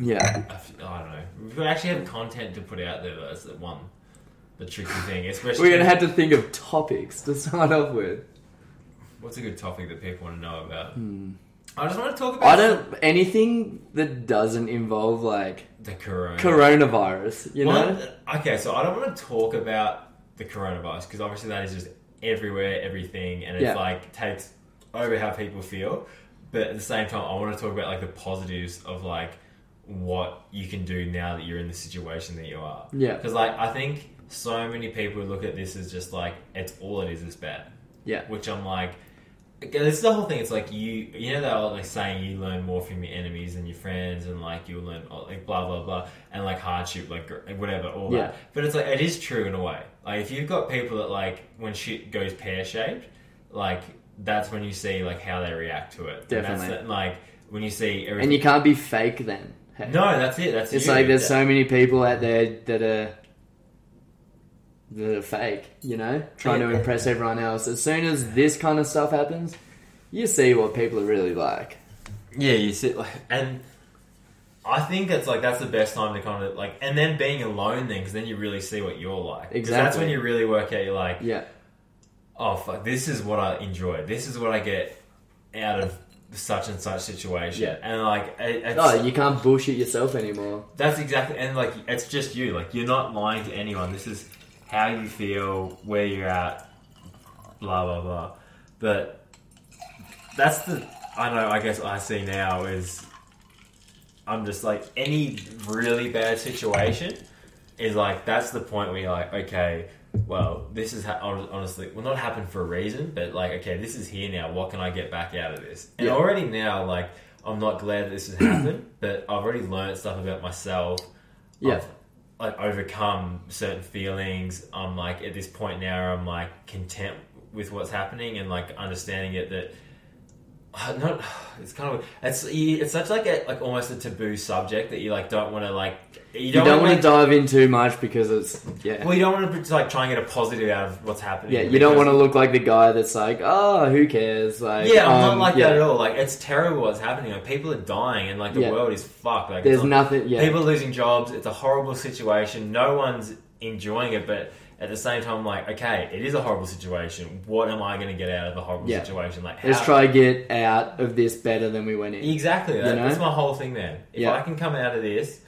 C: Yeah,
B: I f- I don't know. We've got to actually have content to put out there. That's the one, the tricky thing. Especially
C: we're gonna have to think of topics to start off with.
B: what's a good topic that people want to know about. I just want to talk about.
C: I don't anything that doesn't involve like
B: the corona.
C: coronavirus. You
B: Well, uh,
C: know.
B: okay, so I don't want to talk about the coronavirus because obviously that is just everywhere, everything, and it's
C: Yeah.
B: like takes over how people feel. But at the same time, I want to talk about like the positives of like what you can do now that you're in the situation that you are.
C: Yeah.
B: Because like I think so many people look at this as just like it's all it is is bad.
C: Yeah.
B: Which I'm like. Again, this is the whole thing. It's like you, you know, that old like saying you learn more from your enemies than your friends, and like you learn oh, like blah blah blah, and like hardship, like gr- whatever, all
C: Yeah.
B: that. But it's like it is true in a way. Like if you've got people that like when shit goes pear shaped, like that's when you see like how they react to it. And that's
C: Definitely.
B: the- like when you see everything.
C: And you can't be fake then. Hey.
B: no, that's it. That's
C: It's
B: you.
C: like there's
B: Yeah.
C: so many people out there that are that are fake, you know, trying to
B: Yeah.
C: impress everyone else. As soon as this kind of stuff happens, you see what people are really like.
B: Yeah, you sit like, and I think that's like that's the best time to kind of like, and then being alone then, because then you really see what you're like. 'Cause That's
C: Exactly.
B: when you really work out. You're like,
C: Yeah,
B: oh fuck, this is what I enjoy. This is what I get out of such and such situation.
C: Yeah.
B: And like, it, it's,
C: oh, you can't bullshit yourself anymore.
B: that's exactly, and like, it's just you. Like, you're not lying to anyone. This is how you feel, where you're at, blah blah blah. But that's the I know. I guess I see now is I'm just like any really bad situation is like that's the point where you're like, okay, well, this is ha- hon- honestly well not happened for a reason, but like, okay, this is here now. What can I get back out of this? And
C: Yeah.
B: already now, like, I'm not glad that this has happened, but I've already learned stuff about myself.
C: Yeah.
B: I've, like overcome certain feelings. I'm like at this point now, I'm like content with what's happening and like understanding it that Uh, Not, it's kind of it's you- it's such like a like almost a taboo subject that you like don't want to like you
C: You
B: don't,
C: don't, want
B: want
C: to dive in too much because it's yeah.
B: well you don't want to like try and get a positive out of what's happening
C: yeah, you don't
B: because-
C: want to look like the guy that's like, oh, who cares? Like,
B: yeah I'm not
C: um,
B: like
C: yeah.
B: that at all like it's terrible what's happening like people are dying and like the
C: Yeah.
B: world is fucked like
C: There's
B: it's not-
C: nothing. Yeah,
B: people are losing jobs it's a horrible situation no one's enjoying it but at the same time like okay it is a horrible situation what am I going to get out of the horrible
C: Yeah.
B: situation like
C: let's
B: how-
C: try to get out of this better than we went in.
B: Exactly. That,
C: You know?
B: That's my whole thing, man. If
C: Yeah.
B: I can come out of this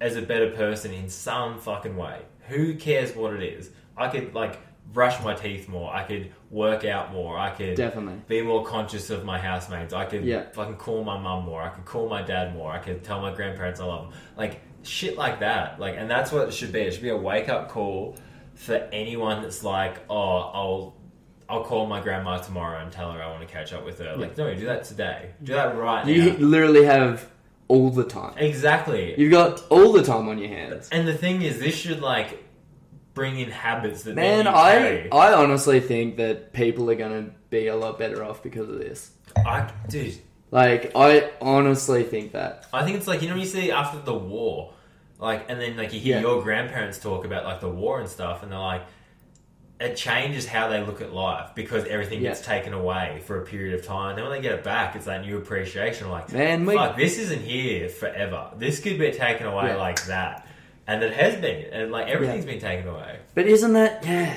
B: as a better person in some fucking way, who cares what it is? I could, like, brush my teeth more. I could work out more. I could
C: Definitely.
B: be more conscious of my housemates. I could
C: Yeah.
B: fucking call my mum more. I could call my dad more. I could tell my grandparents I love them. Like, shit like that. Like, and that's what it should be. It should be a wake up call for anyone that's like, oh, I'll. I'll call my grandma tomorrow and tell her I want to catch up with her. Like, no, do that today. Do that right now.
C: You literally have all the time.
B: Exactly.
C: You've got all the time on your hands.
B: And the thing is, this should like bring in habits that
C: Man,
B: then you
C: I
B: carry.
C: I honestly think that people are gonna be a lot better off because of this.
B: I, dude,
C: Like, I honestly think that.
B: I think it's like you know when you see after the war, like, and then like you hear
C: Yeah.
B: your grandparents talk about like the war and stuff, and they're like, it changes how they look at life because everything
C: Yeah.
B: gets taken away for a period of time. Then when they get it back, it's that new appreciation. Like,
C: Man, we-
B: fuck, this isn't here forever. This could be taken away
C: Yeah.
B: like that, and it has been, and like everything's been taken away.
C: But isn't that yeah?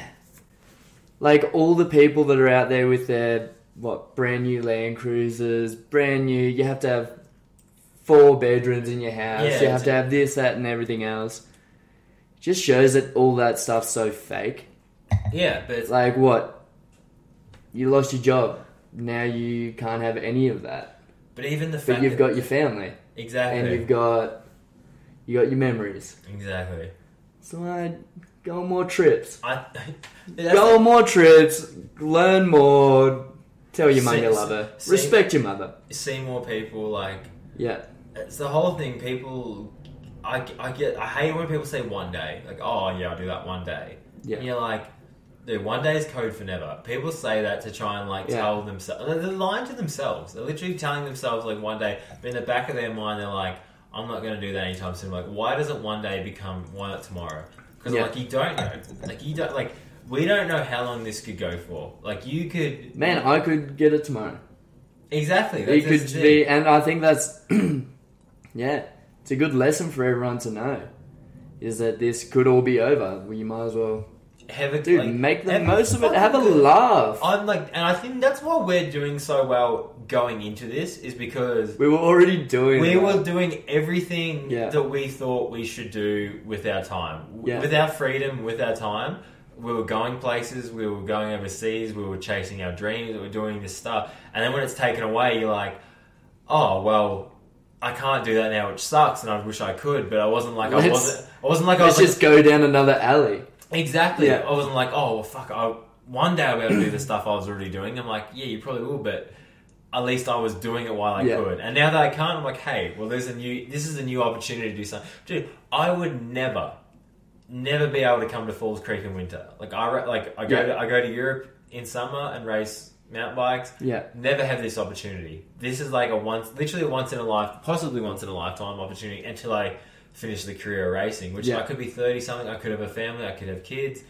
C: Like all the people that are out there with their what brand new Land Cruisers, brand new. You have to have four bedrooms in your house.
B: Yeah,
C: you have
B: it's-
C: to have this, that, and everything else. Just shows that all that stuff's so fake.
B: Yeah, but it's
C: Like what? You lost your job. Now you can't have any of that.
B: But even the fact
C: But you've
B: that,
C: got your family
B: exactly,
C: and you've got you got your memories.
B: exactly.
C: So I go on more trips.
B: I that's,
C: Go on more trips, learn more, tell your mum
B: Same-
C: you love her,
B: same-
C: respect your mother.
B: see more people like
C: Yeah,
B: it's the whole thing. People, I, I get I hate when people say one day like oh yeah I'll do that one day.
C: Yeah.
B: and you're like. Dude, one day is code for never. People say that to try and like
C: Yeah.
B: tell themselves. They're lying to themselves. They're literally telling themselves like one day, but in the back of their mind, they're like, "I'm not going to do that anytime soon." Like, why doesn't one day become why not tomorrow? Because
C: Yeah.
B: like you don't know. Like you don't like we don't know how long this could go for. Like you could
C: man, I could get it tomorrow.
B: Exactly.
C: It
B: That's
C: could
B: just the
C: be,
B: thing.
C: and I think that's yeah, it's a good lesson for everyone to know. Is that this could all be over? Well, you might as well,
B: have a
C: dude,
B: like,
C: make the
B: have a
C: most of it. Have a
B: fucking-
C: laugh.
B: I'm like, and I think that's why we're doing so well going into this is because
C: we were already doing.
B: we
C: that.
B: were doing everything
C: Yeah.
B: that we thought we should do with our time, W-
C: Yeah.
B: with our freedom, with our time. We were going places, we were going overseas, we were chasing our dreams, we were doing this stuff, and then when it's taken away, you're like, oh well. I can't do that now, which sucks, and I wish I could, but I wasn't like I
C: Let's-
B: wasn't. I wasn't like I was
C: Let's
B: like,
C: just go down another alley.
B: Exactly.
C: Yeah.
B: I wasn't like, oh well, fuck. I one day I'll be able to do the stuff I was already doing. I'm like, yeah, you probably will, but at least I was doing it while I
C: Yeah.
B: could. And now that I can't, I'm like, hey, well, there's a new. This is a new opportunity to do something, dude. I would never, never be able to come to Falls Creek in winter. Like I ra- like I go
C: Yeah.
B: to, I go to Europe in summer and race mountain bikes.
C: Yeah.
B: Never have this opportunity. This is like a once, literally a once in a life, possibly once in a lifetime opportunity until I finish the career of racing, which
C: Yeah.
B: I could be 30 something, I could have a family, I could have kids.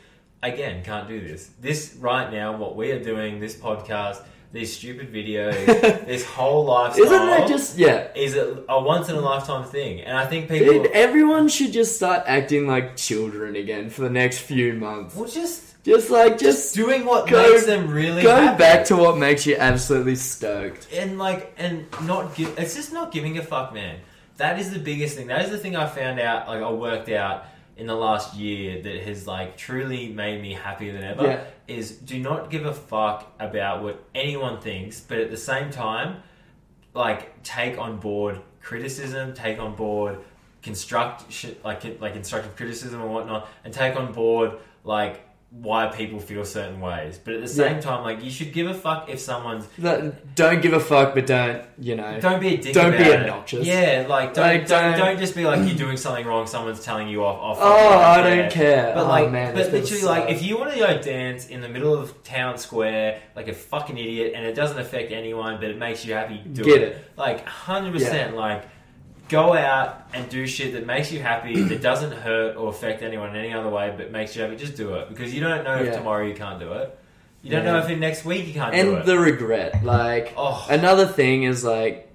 B: Again, can't do this. This right now, what we are doing, this podcast, these stupid videos, this whole lifestyle.
C: Isn't that just yeah?
B: Is a, a once in a lifetime thing, and I think people
C: Dude, everyone should just start acting like children again for the next few months.
B: will just
C: Just like just
B: doing what
C: Go-
B: makes them really
C: go
B: happy.
C: back to what makes you absolutely stoked.
B: and like and not give it's just not giving a fuck man that is the biggest thing that is the thing i found out like i worked out in the last year that has like truly made me happier than ever
C: Yeah.
B: is do not give a fuck about what anyone thinks but at the same time like take on board criticism take on board construct shit, like like constructive criticism and whatnot and take on board like why people feel certain ways, but at the same
C: Yeah.
B: time, like you should give a fuck if someone's
C: That- Don't give a fuck, but don't you know?
B: don't be a dick.
C: Don't be
B: about it.
C: obnoxious.
B: Yeah, like don't,
C: Like,
B: don't
C: don't-
B: don't just be like you're doing something wrong. Someone's telling you off. off
C: oh,
B: off,
C: I
B: yeah.
C: don't care.
B: But
C: Oh,
B: like,
C: man,
B: but
C: this
B: literally,
C: feels
B: like,
C: sad.
B: if you want to go dance in the middle of town square, like a fucking idiot, and it doesn't affect anyone, but it makes you happy, do
C: get
B: it.
C: it,
B: Like, hundred percent. Like, go out and do shit that makes you happy, that doesn't hurt or affect anyone in any other way, but makes you happy. Just do it because you don't know if
C: Yeah.
B: tomorrow you can't do it. You don't
C: Yeah.
B: know if in next week you can't do it.
C: and the regret, like
B: oh,
C: Another thing is like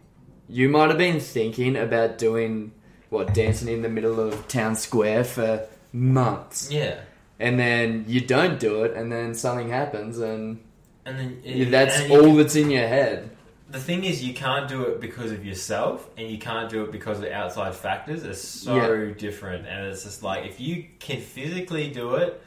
C: you might have been thinking about doing what dancing in the middle of town square for months
B: yeah.
C: and then you don't do it and then something happens and
B: And then
C: that's
B: and you-
C: all that's in your head
B: the thing is you can't do it because of yourself and you can't do it because of outside factors are so different and it's just like if you can physically do it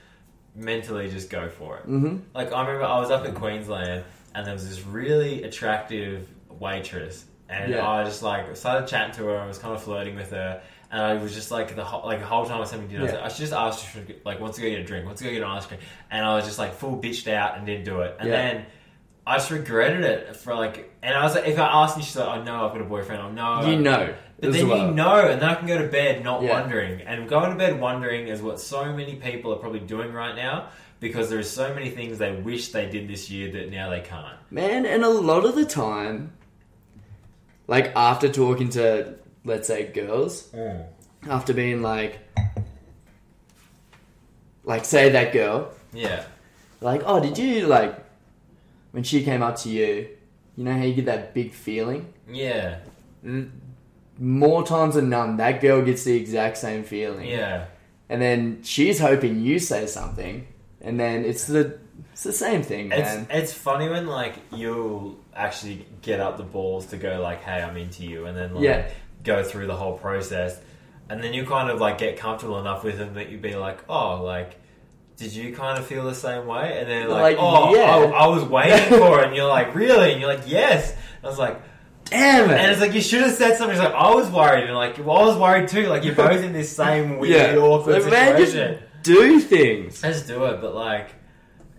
B: mentally just go for it
C: mm-hmm.
B: like i remember i was up in queensland and there was this really attractive waitress and
C: Yeah.
B: i just like started chatting to her and was kind of flirting with her and I was just like the whole, like the whole time I was having dinner, I was
C: Yeah.
B: like, I should just ask her for, like wants to go get a drink, wants to go get an ice cream, and I was just like full bitched out and didn't do it. And
C: Yeah.
B: then I just regretted it for like, and I was like, if I asked and she's like, oh no, I've got a boyfriend, oh no,
C: you know
B: but
C: as
B: then
C: well.
B: you know, and then I can go to bed not
C: Yeah.
B: wondering. And going to bed wondering is what so many people are probably doing right now because there is so many things they wish they did this year that now they can't.
C: man and a lot of the time like after talking to let's say girls after being like like say that girl
B: Yeah.
C: like, oh, did you like when she came up to you? You know how you get that big feeling.
B: Yeah. Mm.
C: More times than none, that girl gets the exact same feeling.
B: Yeah.
C: and then she's hoping you say something, and then it's the it's the same thing, man.
B: It's, it's funny when like you'll actually get up the balls to go like, "Hey, I'm into you," and then like
C: Yeah.
B: go through the whole process, and then you kind of like get comfortable enough with them that you be like, "Oh, like." Did you kind of feel the same way? And then like,
C: Like,
B: oh,
C: yeah.
B: oh, I was waiting for it. And you're like, really? And you're like, yes. And I was like,
C: Damn it!
B: and it's like you should have said something. It's like I was worried, and like well, I was worried too. Like you're both in this same weird, awkward
C: Like, man, just
B: situation.
C: do things.
B: Let's do it, but like,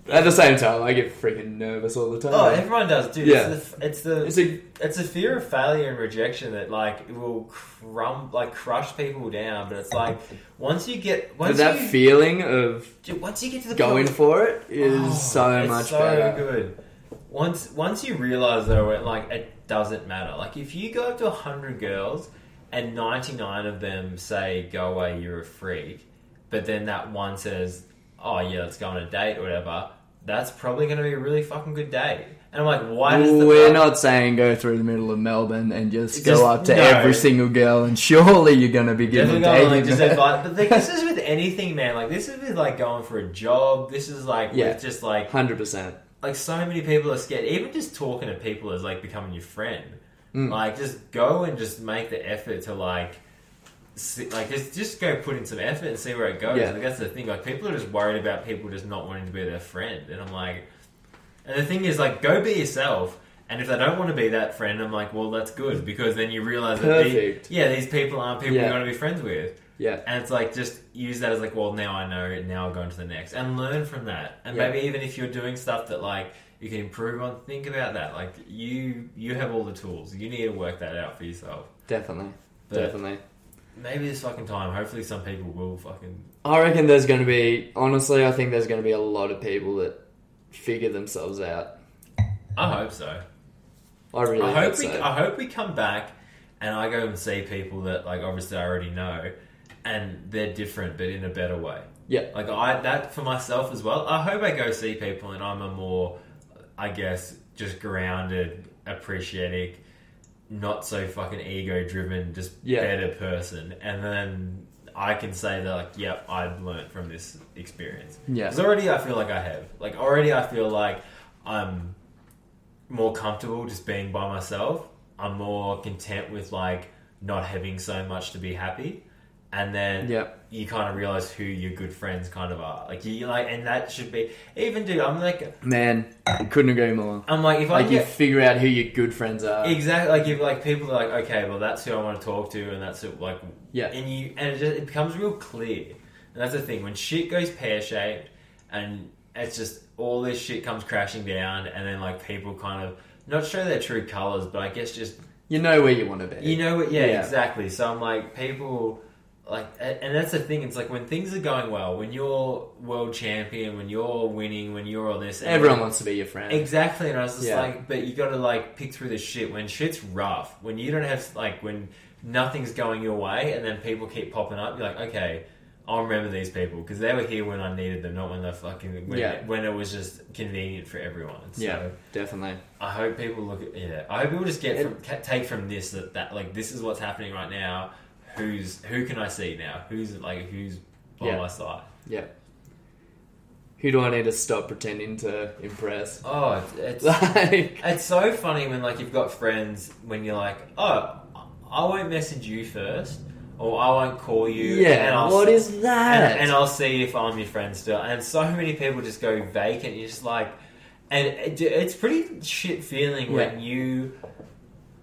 C: At the same time, I get freaking nervous all the time.
B: oh, everyone does, dude.
C: Mm. Yeah.
B: It's the, it's the
C: it's a
B: it's a fear of failure and rejection that like will crum like crush people down. But it's like once you get
C: but
B: once
C: that
B: you
C: feeling of
B: dude, once you get to the
C: going
B: point,
C: for it is
B: Oh,
C: so
B: it's
C: much
B: so
C: better.
B: good. Once once you realize though, it, like it doesn't matter. Like if you go up to hundred girls and ninety nine of them say go away, you're a freak, but then that one says, oh yeah, let's go on a date or whatever. That's probably going to be a really fucking good date. And I'm like, why does the
C: We're not saying go through the middle of Melbourne and just,
B: Just-
C: go up to
B: no.
C: every single girl and surely you're going to be
B: Yeah,
C: given
B: we're
C: a
B: going,
C: dating
B: like, just
C: advice.
B: advice. But like, this is with anything, man. Like this is with like going for a job. This is like
C: Yeah.
B: with just like
C: 100%.
B: like so many people are scared. Even just talking to people is like becoming your friend.
C: Mm.
B: Like just go and just make the effort to like. See, like just just go put in some effort and see where it goes.
C: Yeah.
B: Like, that's the thing. Like people are just worried about people just not wanting to be their friend, and I'm like, and the thing is like go be yourself. And if they don't want to be that friend, I'm like, well, that's good because then you realize that the,
C: Perfect.
B: yeah, these people aren't people you
C: Yeah.
B: want to be friends with.
C: Yeah.
B: And it's like just use that as like, well, now I know it. Now I'll go into the next and learn from that. And
C: Yeah.
B: maybe even if you're doing stuff that like you can improve on, think about that. Like you, you have all the tools. You need to work that out for yourself.
C: Definitely.
B: But
C: Definitely.
B: maybe this fucking time, hopefully, some people will fucking
C: I reckon there's going to be, honestly, I think there's going to be a lot of people that figure themselves out.
B: I hope so.
C: I really
B: I hope
C: hope
B: we,
C: so.
B: I hope we come back and I go and see people that like obviously I already know, and they're different, but in a better way.
C: Yeah.
B: Like I that for myself as well. I hope I go see people and I'm a more, I guess, just grounded, appreciating, not so fucking ego driven, just
C: Yeah.
B: better person, and then. I can say that, like, yep, I've learnt from this experience.
C: yeah.
B: Because already I feel like I have. Like already I feel like I'm more comfortable just being by myself. I'm more content with like not having so much to be happy. And then
C: Yeah.
B: you kind of realize who your good friends kind of are. Like you like and that should be even dude, I'm like
C: Man, I couldn't agree more.
B: I'm like if I
C: Like, you
B: get
C: figure out who your good friends are.
B: exactly like if like people are like, okay, well that's who I want to talk to and that's who, like
C: Yeah.
B: and you and it, just, it becomes real clear. And that's the thing when shit goes pear shaped and it's just all this shit comes crashing down, and then like people kind of not show their true colors, but I guess just
C: You know where you want to be.
B: you know what? Yeah,
C: Yeah.
B: exactly. So I'm like, people, like, a- and that's the thing. It's like when things are going well, when you're world champion, when you're winning, when you're all this, and
C: Everyone wants to be your friend.
B: Exactly, and I was just
C: Yeah.
B: like, but you got to like pick through the shit when shit's rough, when you don't have like when nothing's going your way, and then people keep popping up. You're like, okay, I'll remember these people because they were here when I needed them, not when they fucking when,
C: Yeah.
B: when it was just convenient for everyone. So
C: Yeah, definitely.
B: I hope people look at yeah. I hope people just get
C: It-
B: from, ca- take from this that that like this is what's happening right now. Who's who can I see now? Who's like who's by
C: Yeah.
B: my side?
C: Who do I need to stop pretending to impress?
B: Oh, it's
C: Like,
B: It's so funny when like you've got friends when you're like, oh, I won't message you first, or I won't call you. and
C: yeah,
B: I'll,
C: what is that?
B: and, and I'll see if I'm your friend still. And so many people just go vacant. You're just like, and it, it's pretty shit feeling when you.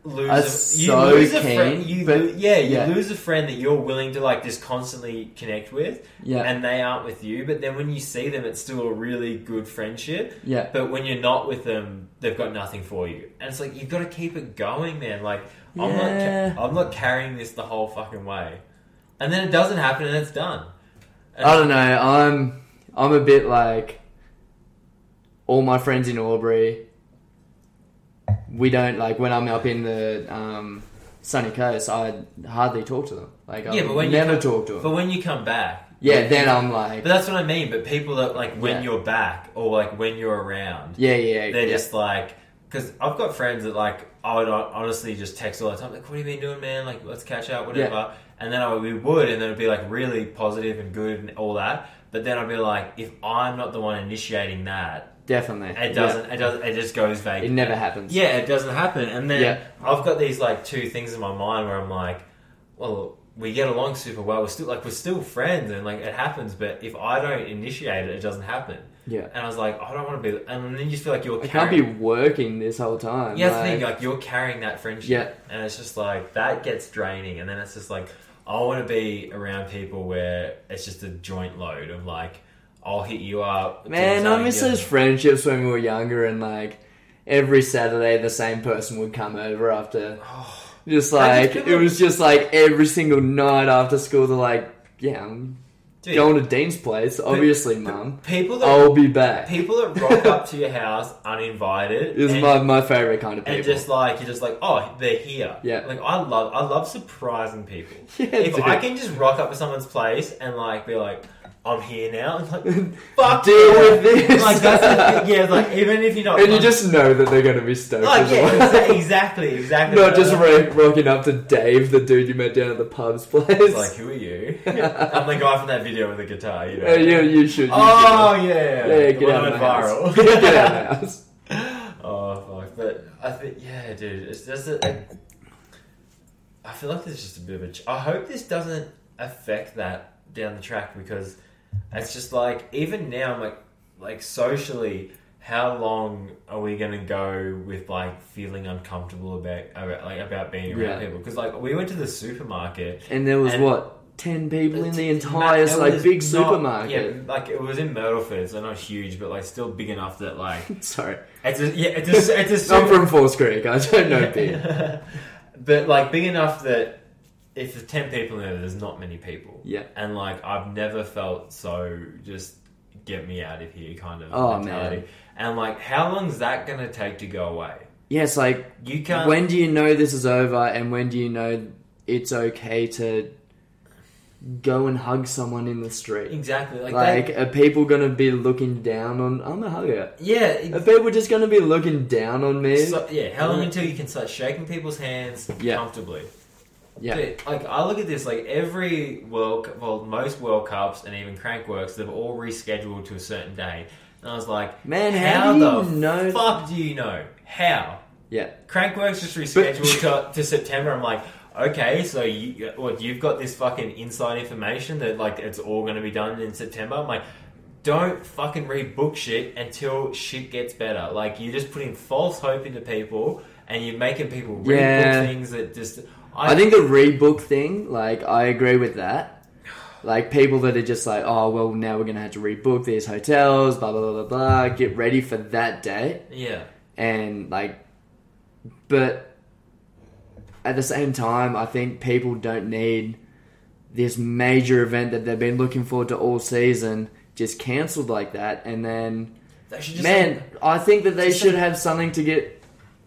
B: Lose
C: That's
B: a, you
C: so
B: lose a
C: keen,
B: friend. You,
C: but-
B: lo- yeah, you
C: yeah.
B: lose a friend that you're willing to like just constantly connect with,
C: yeah,
B: and they aren't with you. But then when you see them, it's still a really good friendship.
C: yeah,
B: But when you're not with them, they've got nothing for you, and it's like you've got to keep it going, man. Like I'm
C: Yeah.
B: not, ca- I'm not carrying this the whole fucking way, and then it doesn't happen, and it's done. And
C: I don't know. I'm I'm a bit like all my friends in Aubrey. We don't like when I'm up in the um, sunny coast. I hardly talk to them. Like I
B: Yeah, but when you
C: never
B: come-
C: talk to them.
B: But when you come back,
C: yeah, then I'm like,
B: but that's what I mean. But people that like when
C: Yeah.
B: you're back or like when you're around,
C: yeah, yeah,
B: they're
C: yeah.
B: just like because I've got friends that like I would hon- honestly just text all the time like what have you been doing man like let's catch up whatever and then I would, we would and then it'd be like really positive and good and all that but then I'd be like if I'm not the one initiating that
C: definitely.
B: it doesn't it doesn't it just goes
C: Yeah. It
B: vague
C: never happens.
B: yeah it doesn't happen and then
C: Yeah.
B: I've got these like two things in my mind where I'm like well we get along super well we're still like we're still friends and like it happens but if I don't initiate it it doesn't happen
C: Yeah.
B: and I was like I don't want to be and then you just feel like you're
C: I can't
B: carrying-
C: be working this whole time.
B: yeah, that's
C: like,
B: the thing. Like you're carrying that friendship,
C: Yeah.
B: and it's just like that gets draining, and then it's just like I want to be around people where it's just a joint load of like I'll hit you up, do
C: Man, I
B: something
C: miss
B: together.
C: those friendships when we were younger and like every Saturday the same person would come over after.
B: Oh.
C: Just
B: I
C: like
B: just
C: it was just like every single night after school they're like, yeah, I'm
B: Dude,
C: going to Dean's place, obviously, mum.
B: people that
C: I'll be back.
B: people that rock up to your house uninvited
C: Is
B: and-
C: my my favorite kind of people.
B: and just like you're just like oh they're here
C: Yeah.
B: like i love i love surprising people
C: Yeah,
B: if
C: dude.
B: i can just rock up to someone's place and like be like i'm here now it's like fuck
C: Deal
B: yeah.
C: with this.
B: like that's the thing. yeah like even if you're not
C: and you just know that they're going to be stoked.
B: like
C: as well.
B: Oh, yeah exa- exactly exactly
C: Not just
B: Like,
C: ro- rocking up to Dave, the dude you met down at the pub's place.
B: it's like who are you i'm the guy from that video with the guitar you know
C: Oh, you, you should. You
B: oh yeah
C: should. yeah,
B: The
C: get
B: one
C: out of
B: that
C: my
B: went
C: house. get out of my house.
B: Oh fuck! But I think yeah, dude. It's just a, I feel like there's just a bit of a. Ch- I hope this doesn't affect that down the track because it's just like even now, I'm like like socially, how long are we gonna go with like feeling uncomfortable about, about like about being around
C: Yeah.
B: people? Because like we went to the supermarket.
C: And there was
B: And-
C: what ten people in the
B: It's-
C: entire
B: it
C: like
B: was
C: big
B: not-
C: supermarket.
B: Yeah, like it was in Myrtleford, so not huge, but like still big enough that like
C: Sorry,
B: it's a, yeah, it's a, it's a super,
C: I'm from Falls Creek. I don't know big.
B: but like big enough that if there's ten people in there, there's not many people.
C: Yeah.
B: And like I've never felt so just get me out of here kind of
C: Oh,
B: mentality. And like how long's that gonna take to go away?
C: Yes, like
B: You can't
C: when do you know this is over, and when do you know it's okay to go and hug someone in the street?
B: exactly like,
C: Like,
B: that.
C: are people gonna be looking down on? I'm a hugger.
B: Yeah.
C: Are
B: it-
C: people just gonna be looking down on me?
B: so- yeah, how long until you can start shaking people's hands
C: Yeah.
B: comfortably?
C: yeah,
B: Dude, like I look at this, like every world, Cu- well, most World Cups and even Crankworks, they've all rescheduled to a certain day, and I was like,
C: man, how, do
B: the
C: you know?
B: fuck do you know? How?
C: Yeah.
B: Crankworks just rescheduled to, to September. I'm like, okay, so you, what, you've got this fucking inside information that like it's all going to be done in September. I'm like, don't fucking read book shit until shit gets better. Like you're just putting false hope into people, and you're making people read
C: Yeah.
B: book things that just.
C: I think the rebook thing, like, I agree with that. like people that are just like, oh well, now we're gonna have to rebook these hotels, blah blah blah blah. blah get ready for that date,
B: Yeah.
C: and like, but at the same time, I think people don't need this major event that they've been looking forward to all season just cancelled like that, and then
B: They should just
C: man,
B: like,
C: I think that they
B: just
C: should
B: like-
C: have something to get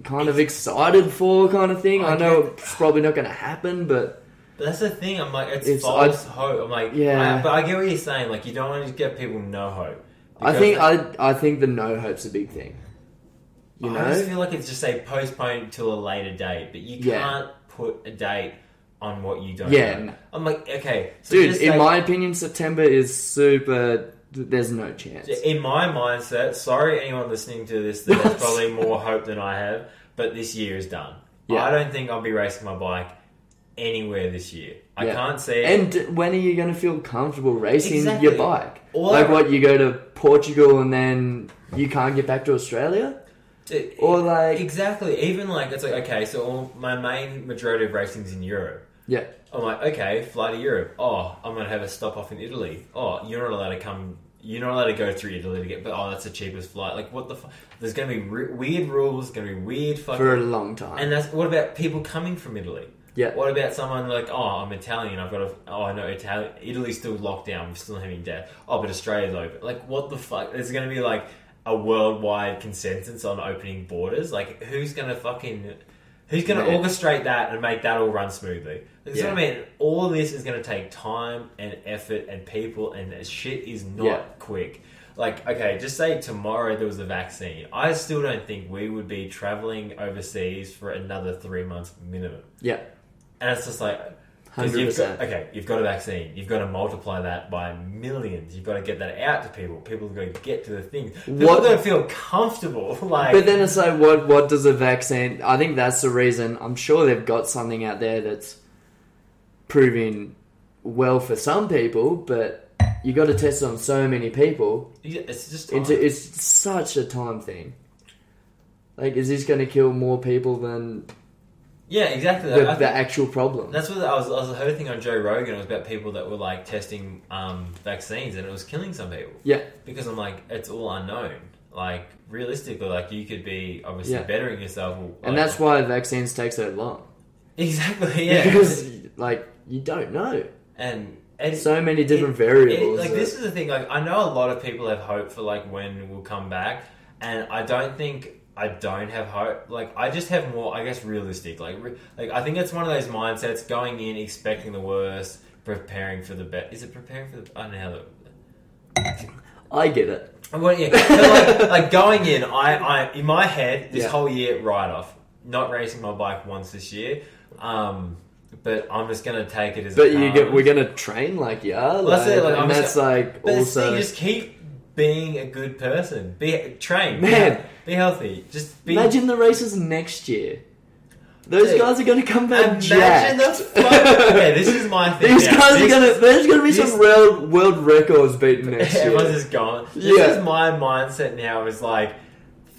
C: kind of excited for, kind of thing.
B: I
C: I know
B: get-
C: it's probably not going to happen, but
B: but that's the thing. I'm like, it's,
C: It's-
B: false hope. I'm like,
C: Yeah.
B: I- but I get what you're saying. Like, you don't want to get people no hope.
C: I think I I think the no hope's a big thing. You
B: I just
C: know,
B: feel like it's just say postponed till a later date, but you
C: Yeah.
B: can't put a date on what you don't.
C: Yeah,
B: know.
C: no.
B: I'm like, okay, so
C: dude.
B: just
C: In
B: say-
C: my opinion, September is super. th- There's no chance.
B: in my mindset, sorry anyone listening to this that has probably more hope than I have, but this year is done.
C: Yeah.
B: I don't think I'll be racing my bike anywhere this year. I
C: Yeah.
B: can't see it.
C: And when are you going to feel comfortable racing
B: Exactly.
C: your bike?
B: All
C: like
B: I-
C: what you go to Portugal and then you can't get back to Australia,
B: Dude,
C: or like
B: exactly, even like it's like okay, so all my main majority of racing's in Europe.
C: yeah,
B: I'm like, okay, fly to Europe. Oh, I'm gonna have a stop off in Italy. Oh, you're not allowed to come. You're not allowed to go through Italy to get. But oh, that's the cheapest flight. Like, what the? Fu- There's gonna be re- weird rules. Gonna be weird fucking.
C: for a long time.
B: and that's what about people coming from Italy?
C: yeah,
B: What about someone like, oh, I'm Italian. I've got to. Oh, I know Itali- Italy's still locked down. We're still having death. Oh, but Australia's open. Like, what the fuck? There's gonna be like a worldwide consensus on opening borders. Like, who's gonna fucking Who's going to
C: Yeah.
B: orchestrate that and make that all run smoothly? That's what I mean. All of this is going to take time and effort and people, and this shit is not
C: Yeah.
B: quick. Like, okay, just say tomorrow there was a vaccine. I still don't think we would be traveling overseas for another three months minimum.
C: yeah,
B: And it's just like, 'cause
C: hundred
B: you've got,
C: percent.
B: okay, you've got a vaccine. You've got to multiply that by millions. You've got to get that out to people. People have got to get to the thing. People
C: What-
B: don't feel comfortable. Like,
C: But then it's like, what what does a vaccine? I think that's the reason. I'm sure they've got something out there that's proving well for some people, but you got to test on so many people.
B: it's just
C: Into it's such a time thing. Like, is this going to kill more people than
B: yeah, exactly.
C: the,
B: I think-
C: the actual problem?
B: That's what I was. I was heard a thing on Joe Rogan. It was about people that were like testing um, vaccines, and it was killing some people.
C: Yeah.
B: Because I'm like, it's all unknown. Like realistically, like you could be obviously
C: Yeah.
B: bettering yourself,
C: And that's why vaccines take so long.
B: exactly yeah.
C: Because like you don't know
B: and and
C: so many different
B: it-
C: variables.
B: like
C: that-
B: this is the thing. Like I know a lot of people have hope for like when we'll come back, and I don't think I don't have hope. Like I just have more, I guess, realistic. Like re- like I think it's one of those mindsets going in expecting the worst, preparing for the best. Is it preparing for the? I don't know. How that,
C: I get it.
B: well, yeah. So, like, like going in, I, I in my head this
C: Yeah.
B: whole year write off. Not racing my bike once this year, um, but I'm just gonna take it as.
C: But
B: it
C: you get,
B: comes.
C: we're gonna train like yeah,
B: Well, that's
C: like,
B: it, like, I'm
C: and that's
B: just-
C: like
B: But it's the
C: also
B: thing, just keep being a good person. Be train, be-
C: Man.
B: Be, healthy. Just be.
C: imagine the races next year. Those
B: Dude,
C: guys are gonna come back.
B: imagine
C: jacked.
B: that's fucking. okay, this is my thing.
C: These
B: now.
C: guys
B: This-
C: are gonna. There's gonna be
B: this-
C: some world world records beaten next year.
B: Everyone's just gone. This
C: Yeah.
B: is my mindset now. Is like.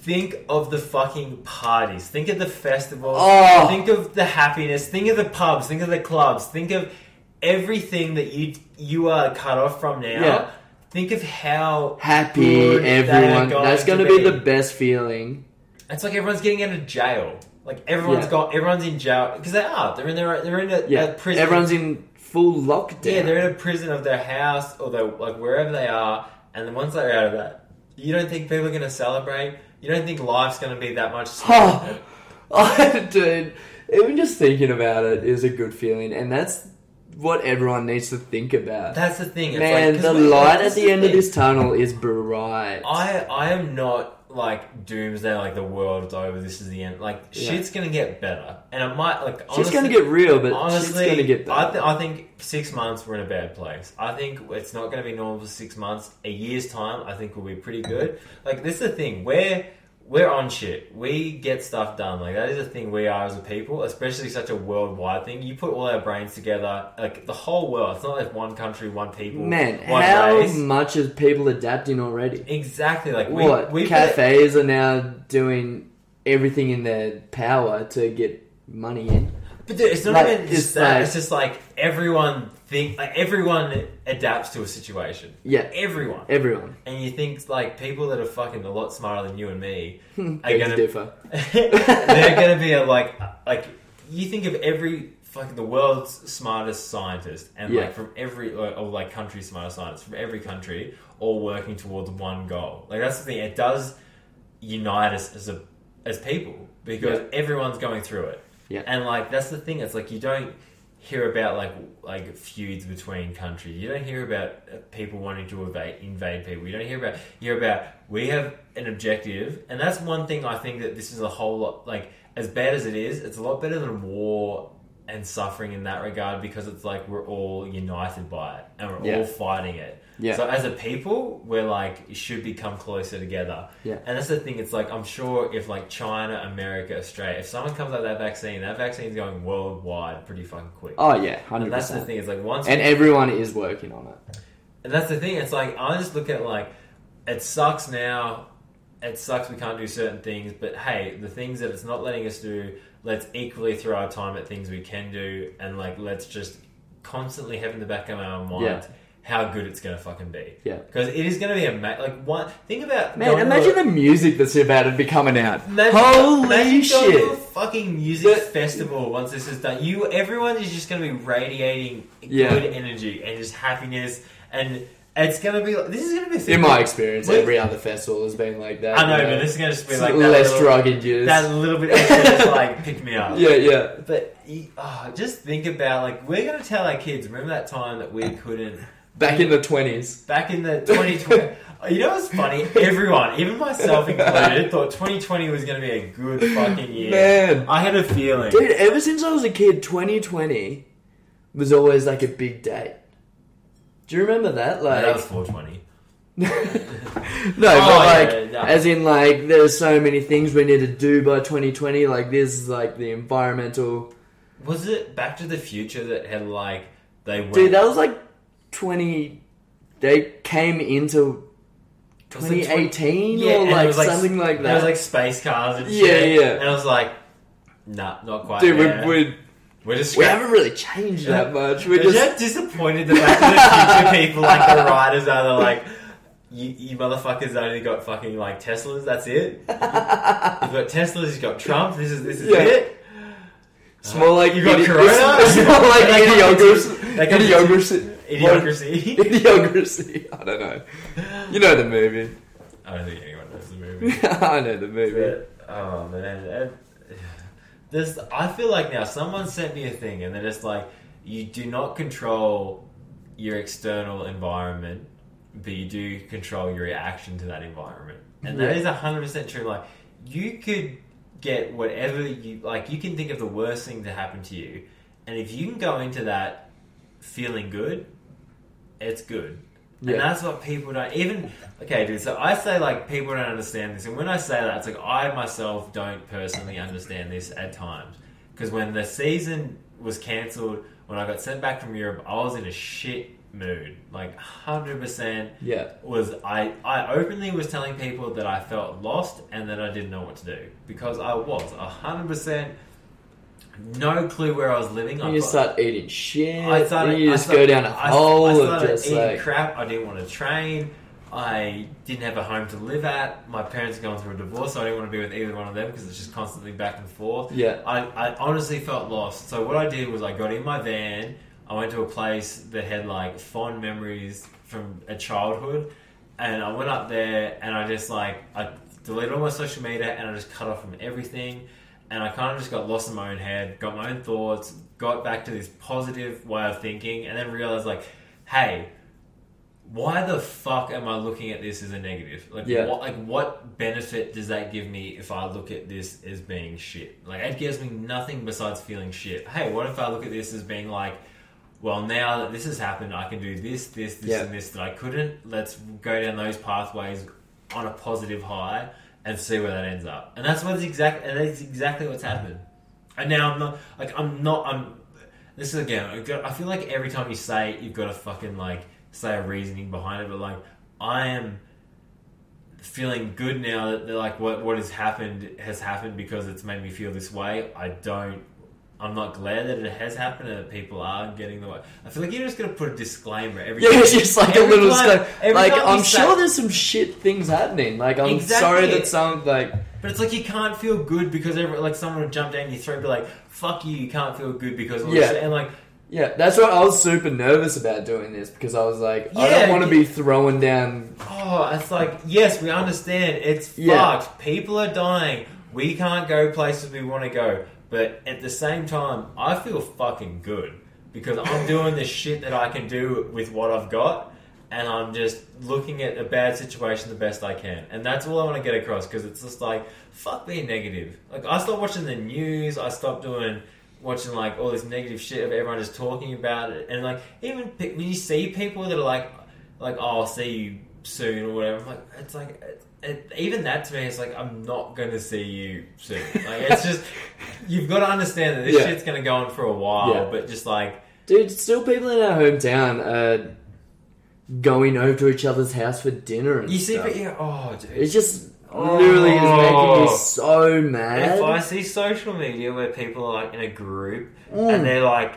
B: Think of the fucking parties. Think of the festivals.
C: Oh.
B: Think of the happiness. Think of the pubs. Think of the clubs. Think of everything that you you are cut off from now.
C: Yeah.
B: Think of how
C: Happy
B: good they are
C: everyone.
B: going
C: That's
B: to
C: gonna be. the best feeling.
B: It's like everyone's getting out of jail. Like everyone's
C: Yeah.
B: got everyone's in jail because they are. They're in their they're in a,
C: Yeah,
B: a prison.
C: everyone's in full lockdown.
B: yeah, they're in a prison of their house or their like wherever they are. And then once they're out of that, you don't think people are going to celebrate. You don't think life's going to be that much.
C: Oh, oh, dude, even just thinking about it is a good feeling, and that's what everyone needs to think about.
B: That's the thing. It's like,
C: Man,
B: 'cause
C: the
B: we-
C: light
B: that's
C: at the end of
B: thing.
C: this tunnel is bright.
B: I I am not like doomsday. Like the world's over. This is the end. Like
C: Yeah.
B: shit's going to get better. And I might like
C: She's gonna
B: honestly-
C: get real, but
B: Honestly,
C: she's gonna get
B: I,
C: better.
B: th- I think six months we're in a bad place. I think it's not going to be normal for six months. A year's time, I think, will be pretty good. Like this is the thing we're we're on shit. We get stuff done. Like that is the thing we are as a people, especially such a worldwide thing. You put all our brains together, like the whole world. It's not like one country, one people,
C: Man,
B: one
C: how
B: race.
C: much is people adapting already?
B: Exactly. Like we,
C: what
B: we
C: cafes are now doing everything in their power to get money in.
B: But dude, it's not
C: Like,
B: even
C: it's
B: just that.
C: like-
B: it's just like everyone think like everyone adapts to a situation.
C: Yeah.
B: Everyone.
C: Everyone.
B: And you think like people that are fucking a lot smarter than you and me are
C: Things
B: gonna
C: differ.
B: they're gonna be a, like like you think of every fucking the world's smartest scientist and
C: Yeah.
B: like from every or, or like country's smartest scientists from every country all working towards one goal. Like that's the thing. It does unite us as a as people because
C: Yeah.
B: everyone's going through it.
C: Yeah.
B: And like that's the thing. It's like you don't hear about like like feuds between countries. You don't hear about uh, people wanting to invade, invade people. You don't hear about you hear about we have an objective, and that's one thing I think that this is a whole lot like as bad as it is, it's a lot better than war and suffering in that regard because it's like we're all united by it and we're
C: Yeah.
B: all fighting it.
C: Yeah.
B: So as a people, we're like should become closer together.
C: Yeah.
B: And that's the thing. It's like I'm sure if like China, America, Australia, if someone comes out with that vaccine, that vaccine's going worldwide pretty fucking quick.
C: Oh yeah, hundred
B: and that's the
C: percent.
B: thing. It's like once
C: And everyone is working on it.
B: and that's the thing. It's like I just look at it like it sucks now. It sucks we can't do certain things, but hey, the things that it's not letting us do, let's equally throw our time at things we can do, and like let's just constantly have in the back of our mind
C: Yeah.
B: how good it's gonna fucking be.
C: Yeah.
B: because it is gonna be a ma- like one. Think about
C: Man,
B: going to
C: imagine
B: a-
C: the music that's about to be coming out.
B: Imagine-
C: Holy
B: imagine going to a
C: shit!
B: fucking music
C: The-
B: festival once this is done. You, everyone is just going to be radiating
C: Yeah.
B: good energy and just happiness, and it's going to be. This is going to be. a thing.
C: In my experience,
B: Wait.
C: every other festival has been like that.
B: I know,
C: you
B: but this is going to just be
C: It's
B: like that
C: less
B: little,
C: drug induced.
B: That little bit extra, just like pick me up.
C: yeah, yeah,
B: But you- oh, just think about like we're going to tell our kids. Remember that time that we couldn't
C: back in the twenties.
B: back in the 2020. you know what's funny? Everyone, even myself included, thought 2020 was going to be a good fucking year.
C: Man,
B: I had a feeling.
C: dude, ever since I was a kid, twenty twenty was always like a big date. Do you remember that? Like,
B: that was 420.
C: no,
B: Oh,
C: but like,
B: yeah, yeah.
C: as in, like, there's so many things we need to do by 2020. Like, this is like the environmental.
B: Was it Back to the Future that had like they went?
C: Dude, that was like 20. They came into
B: was it
C: 2018
B: Yeah,
C: or
B: and it
C: like,
B: was, like,
C: something like
B: There
C: that.
B: was like space cars and
C: Yeah,
B: shit.
C: yeah.
B: And I was like, nah, not quite.
C: Dude,
B: there.
C: we, we,
B: we're just
C: we
B: scra-
C: haven't really changed that much. We're
B: They're
C: just.
B: just disappointed the Back to the Future people, like the writers are they're like, you, you motherfuckers only got fucking like Teslas. That's it. You've got Teslas. You've got Trump. This is this is
C: Yeah.
B: it.
C: It's more like
B: You got
C: idi-
B: corona?
C: It's more like
B: That comes
C: idiocracy.
B: into- that comes into-
C: Idiocracy.
B: Idiocracy.
C: Idiocracy. I don't know. You know the movie.
B: I don't think anyone knows the movie.
C: I know the movie.
B: But, oh man, that- this I feel like now someone sent me a thing, and they're just like, you do not control your external environment, but you do control your reaction to that environment, and that
C: Yeah.
B: is hundred percent true. Like you could get whatever you like. You can think of the worst thing to happen to you, and if you can go into that feeling good, it's good.
C: Yeah.
B: And that's what people don't even okay, dude. So I say like people don't understand this, and when I say that, it's like I myself don't personally understand this at times. Because when the season was cancelled, when I got sent back from Europe, I was in a shit mood, like hundred percent
C: Yeah.
B: was I, I openly was telling people that I felt lost and that I didn't know what to do because I was 100% no clue where I was living.
C: And
B: I
C: you
B: got-
C: start eating shit.
B: I started,
C: then you
B: I
C: just
B: started-
C: go down a
B: I-
C: hole
B: I
C: of
B: started
C: just
B: eating
C: like
B: crap. I didn't want to train. I didn't have a home to live at. My parents had gone through a divorce, so I didn't want to be with either one of them because it's just constantly back and forth.
C: Yeah.
B: I, I honestly felt lost. So what I did was I got in my van. I went to a place that had like fond memories from a childhood, and I went up there and I just like I deleted all my social media and I just cut off from everything, and I kind of just got lost in my own head, got my own thoughts, got back to this positive way of thinking, and then realized like, hey, why the fuck am I looking at this as a negative? Like,
C: Yeah.
B: what, like what benefit does that give me if I look at this as being shit? Like, it gives me nothing besides feeling shit. Hey, what if I look at this as being like, well, now that this has happened, I can do this, this, this,
C: Yeah.
B: and this that I couldn't. Let's go down those pathways on a positive high and see where that ends up. And that's what's exact. And that's exactly what's happened. And now I'm not like I'm not I'm. This is again. I've got- I feel like every time you say it, you've got to fucking like say a reasoning behind it. But like I am feeling good now that they're like what what has happened has happened because it's made me feel this way. I don't. I'm not glad that it has happened and that people are getting the. I feel like you're just gonna put a disclaimer every.
C: Yeah, it's just like a
B: every
C: little
B: time-
C: stuff.
B: every
C: Like
B: time we
C: I'm
B: say-
C: sure there's some shit things happening. Like I'm
B: Exactly.
C: sorry that some like
B: But it's like you can't feel good because every, like someone would jump down your throat and be like, "Fuck you!" You can't feel good because all this
C: Yeah.
B: shit. and like
C: yeah, that's why I was super nervous about doing this because I was like, I
B: Yeah,
C: don't want to
B: you-
C: be throwing down.
B: oh, it's like yes, we understand it's
C: Yeah.
B: fucked. People are dying. We can't go places we want to go. But at the same time, I feel fucking good because I'm doing the shit that I can do with what I've got, and I'm just looking at a bad situation the best I can, and that's all I want to get across. Because it's just like fuck being negative. Like I stopped watching the news. I stopped doing watching like all this negative shit of everyone just talking about it, and like even pe- when you see people that are like, like oh, I'll see you soon or whatever. I'm like it's like it, it, even that to me is like I'm not gonna see you soon. Like it's just you've got to understand that this
C: Yeah.
B: shit's gonna go on for a while,
C: Yeah.
B: but just like
C: Dude, still people in our hometown are going over to each other's house for dinner and
B: you see,
C: stuff.
B: but yeah, oh, dude.
C: It just literally is making
B: Oh.
C: me so
B: If I
C: mad.
B: see social media where people are like in a group
C: Mm.
B: and they're like,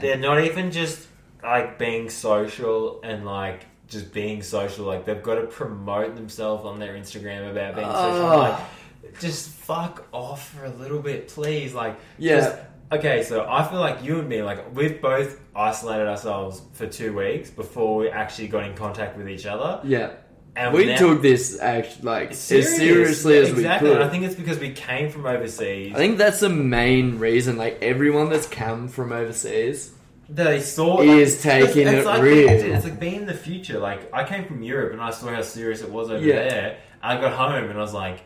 B: they're not even just like being social and like just being social, like they've got to promote themselves on their Instagram about being social. I'm
C: Oh.
B: Like, just fuck off for a little bit, please. Like,
C: Yeah.
B: just- okay, so I feel like you and me, like we've both isolated ourselves for two weeks before we actually got in contact with each other.
C: Yeah,
B: And
C: we
B: now-
C: took this act like
B: Serious.
C: as seriously as
B: exactly.
C: we
B: and
C: could.
B: I think it's because we came from overseas.
C: I think that's the main reason. Like everyone that's come from overseas,
B: they saw
C: He is taking
B: it's
C: it
B: like,
C: real.
B: It's like being in the future. Like I came from Europe and I saw how serious it was over
C: Yeah.
B: there. I got home and I was like,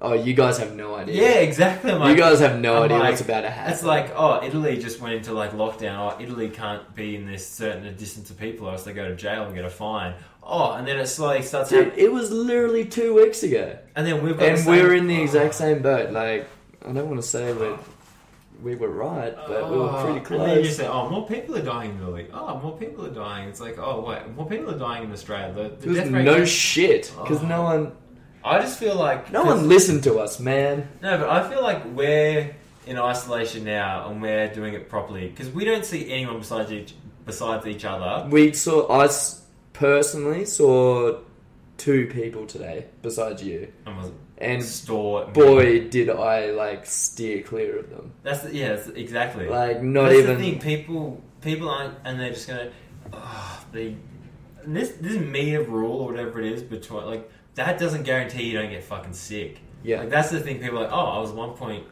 C: oh, you guys have no idea.
B: yeah, exactly. I'm
C: you
B: like,
C: guys have no
B: I'm
C: idea
B: like-
C: what's about to happen.
B: It's like, oh, Italy just went into like lockdown. Oh, Italy can't be in this certain distance of people, or else they go to jail and get a fine. Oh, and then it slowly starts.
C: dude,
B: happening.
C: it was literally two weeks ago,
B: And then we've got
C: and
B: the same-
C: we're in the
B: Oh.
C: exact same boat. Like I don't want to say that we were right, but we were
B: Oh,
C: pretty
B: And then you
C: close.
B: say, oh, more people are dying in Italy. Oh, more people are dying. It's like, oh, wait, more people are dying in Australia. The, the
C: There's
B: death rate
C: no shit because
B: Oh.
C: no one,
B: I just feel like
C: no one listened to us, man.
B: No, but I feel like we're in isolation now, and we're doing it properly because we don't see anyone besides each besides each other.
C: We saw us personally saw two people today besides you,
B: And was
C: and
B: store me.
C: boy did I like steer clear of them.
B: That's the, yeah, that's exactly.
C: Like not
B: that's
C: even
B: the thing. People people aren't, and they're just gonna. Oh, they and this this media rule or whatever it is between like that doesn't guarantee you don't get fucking sick.
C: yeah.
B: Like that's the thing. People are like, oh, I was one point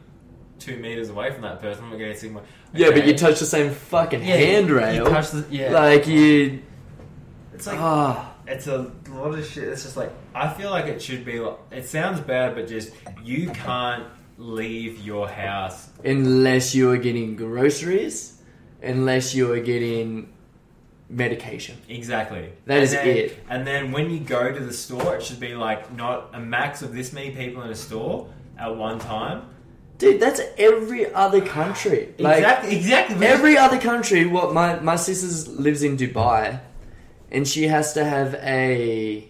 B: two meters away from that person. I'm not getting sick. I'm like,
C: Yeah, but
B: okay.
C: you touch the same fucking
B: Yeah, you-
C: handrail.
B: You touch the, yeah.
C: Like you
B: it's like
C: ah,
B: It's a lot of shit. It's just like I feel like it should be. like- It sounds bad, but just you can't leave your house.
C: unless you are getting groceries, unless you are getting medication.
B: Exactly.
C: That
B: And
C: is
B: then-
C: it.
B: And then when you go to the store, it should be like not a max of this many people in a store at one time.
C: Dude, that's every other country. Like
B: exactly. Exactly. but-
C: every other country, what my my sister lives in Dubai and she has to have a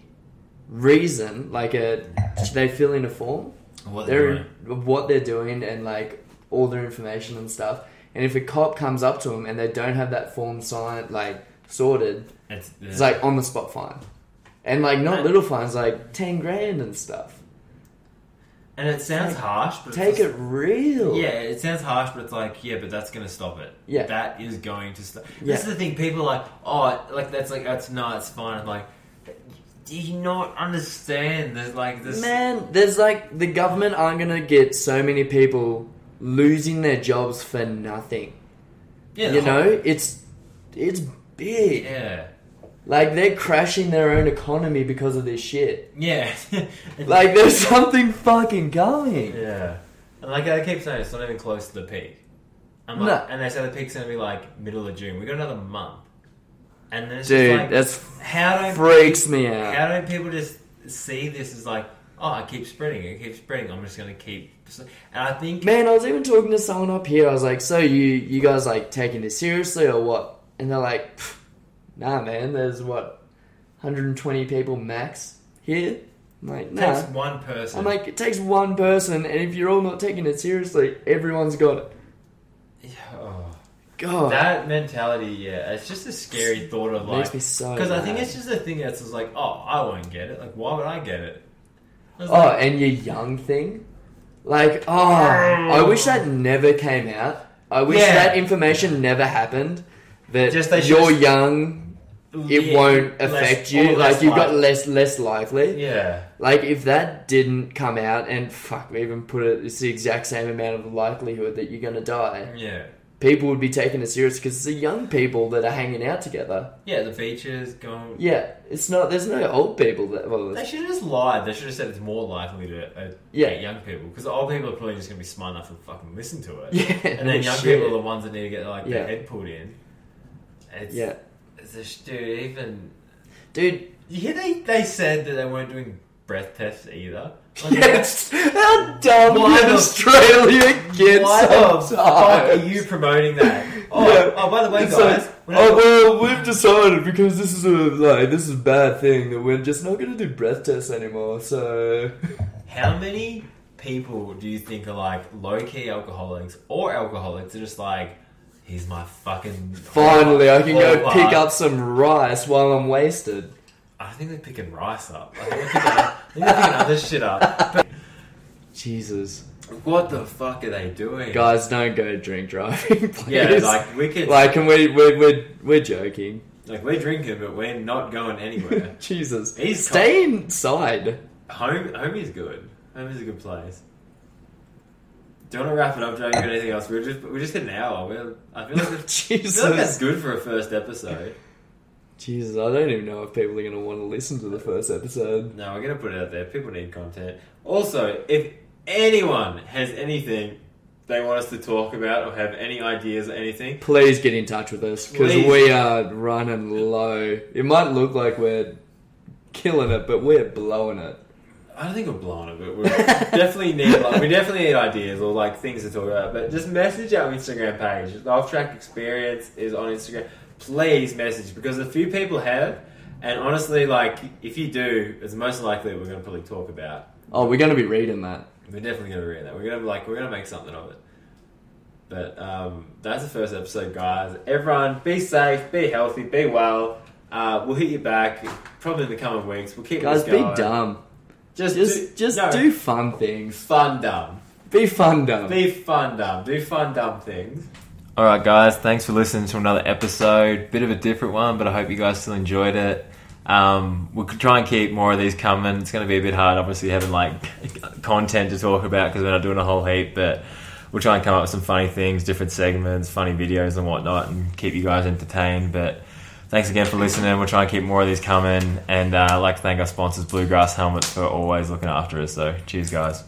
C: reason, like a they fill in a form.
B: What they're
C: they're
B: doing.
C: what they're doing and like all their information and stuff. And if a cop comes up to them and they don't have that form signed, like sorted,
B: It's,
C: it's like on the spot fine, and like not
B: Man.
C: little fines, like ten grand and stuff.
B: and it sounds harsh, but it's
C: Take
B: just-
C: it real.
B: Yeah, it sounds harsh, but it's like, yeah, but that's going to stop it.
C: Yeah.
B: That is going to stop.
C: Yeah.
B: This is the thing, people are like, oh, like, that's like, that's no, it's fine. I'm like, do you not understand? There's like this.
C: man. There's like the government aren't gonna get so many people losing their jobs for nothing.
B: yeah,
C: you
B: the
C: know,
B: whole-
C: it's it's big.
B: Yeah.
C: Like they're crashing their own economy because of this shit.
B: Yeah.
C: Like there's something fucking going.
B: Yeah. And like I keep saying, it's not even close to the peak. I'm like,
C: No.
B: And they say the peak's going to be like middle of June. we got another month. And then it's
C: Dude,
B: just like,
C: that's
B: how don't
C: freaks me out.
B: How do people just see this as like, oh, I keep spreading, it keeps spreading. I'm just going to keep. And I think
C: Man, I was even talking to someone up here. I was like, "So you you guys like taking this seriously or what?" And they're like, "Pff, "Nah, man. There's what 120 people max here." I'm like,
B: it
C: "Nah."
B: takes one person.
C: I'm like, "It takes one person, and if you're all not taking it seriously, everyone's got it."
B: Yeah.
C: God,
B: Oh. That mentality, yeah, it's just a scary thought of like
C: makes me so.
B: Because I think
C: mad.
B: it's just a thing that's just like, oh, I won't get it. Like, why would I get it? I was
C: Oh,
B: like,
C: and your young thing? Like, oh, I wish that never came out. I wish
B: Yeah.
C: that information never happened. That
B: Just they
C: you're
B: should've-
C: young, it
B: yeah,
C: won't
B: less-
C: affect
B: or
C: you.
B: less
C: Like, you've got
B: likely.
C: less less likely.
B: Yeah.
C: Like, if that didn't come out, and fuck, we even put it, it's the exact same amount of likelihood that you're gonna die.
B: Yeah.
C: People would be taking it serious because it's the young people that are hanging out together.
B: Yeah, the beaches going.
C: Yeah, it's not. There's no old people that. Well,
B: They should have just lied. They should have said it's more likely to uh,
C: Yeah.
B: get young people. Because old people are probably just going to be smart enough to fucking listen to it.
C: yeah,
B: And then young
C: Oh, shit.
B: people are the ones that need to get like
C: Yeah.
B: their head pulled in. It's,
C: Yeah,
B: It's just, dude, even.
C: dude.
B: Yeah, they, they said that they weren't doing breath tests either. Like,
C: Yes, how dumb
B: Why
C: can
B: the-
C: Australia get
B: Why
C: sometimes?
B: the fuck are you promoting that? Oh,
C: Yeah.
B: oh by the way,
C: It's
B: guys,
C: like,
B: we're not-
C: oh well, we've decided because this is a like this is a bad thing that we're just not going to do breath tests anymore. So
B: how many people do you think are like low key alcoholics or alcoholics are just like, he's my fucking.
C: finally, I can go
B: Or,
C: pick
B: like,
C: up some rice while I'm wasted.
B: I think they're picking rice up. I think they're picking, I think they're picking other shit up.
C: Jesus,
B: But what the fuck are they doing?
C: guys, don't go drink driving. Please.
B: yeah, like we could, like,
C: like, and we we we're, we're joking.
B: we're drinking, but we're not going anywhere.
C: Jesus,
B: He's
C: stay inside.
B: home, home is good. Home is a good place. Do you want to wrap it up, Joe? You got anything else? We're just we just hit an hour. We're, I feel like it's I feel like
C: Jesus.
B: that's good for a first episode.
C: Jesus, I don't even know if people are going to want to listen to the first episode.
B: No, we're gonna put it out there. People need content. Also, if anyone has anything they want us to talk about or have any ideas or anything,
C: Please get in touch with us because
B: Please.
C: we are running low. It might look like we're killing it, but we're blowing it.
B: I don't think we're blown it, but we definitely need like, we definitely need ideas or like things to talk about. But just message our Instagram page. The Off Track Experience is on Instagram. Please message because a few people have, and honestly, like if you do, it's most likely we're gonna probably talk about.
C: Oh, we're going to be reading that.
B: We're definitely gonna read that. We're gonna like we're gonna make something of it. But um, that's the first episode, guys. Everyone, be safe, be healthy, be well. Uh, we'll hit you back probably in the coming weeks. We'll keep
C: Guys,
B: this
C: be
B: going.
C: dumb.
B: Just
C: Just, just
B: no,
C: do fun things.
B: fun dumb.
C: Be fun dumb.
B: Be fun dumb. Do fun dumb things.
A: All right, guys. Thanks for listening to another episode. Bit of a different one, but I hope you guys still enjoyed it. Um, we'll try and keep more of these coming. It's going to be a bit hard, obviously, having like content to talk about because we're not doing a whole heap. But we'll try and come up with some funny things, different segments, funny videos, and whatnot, and keep you guys entertained. But thanks again for listening. We'll try and keep more of these coming. And uh, I'd like to thank our sponsors, Bluegrass Helmets, for always looking after us. So cheers, guys.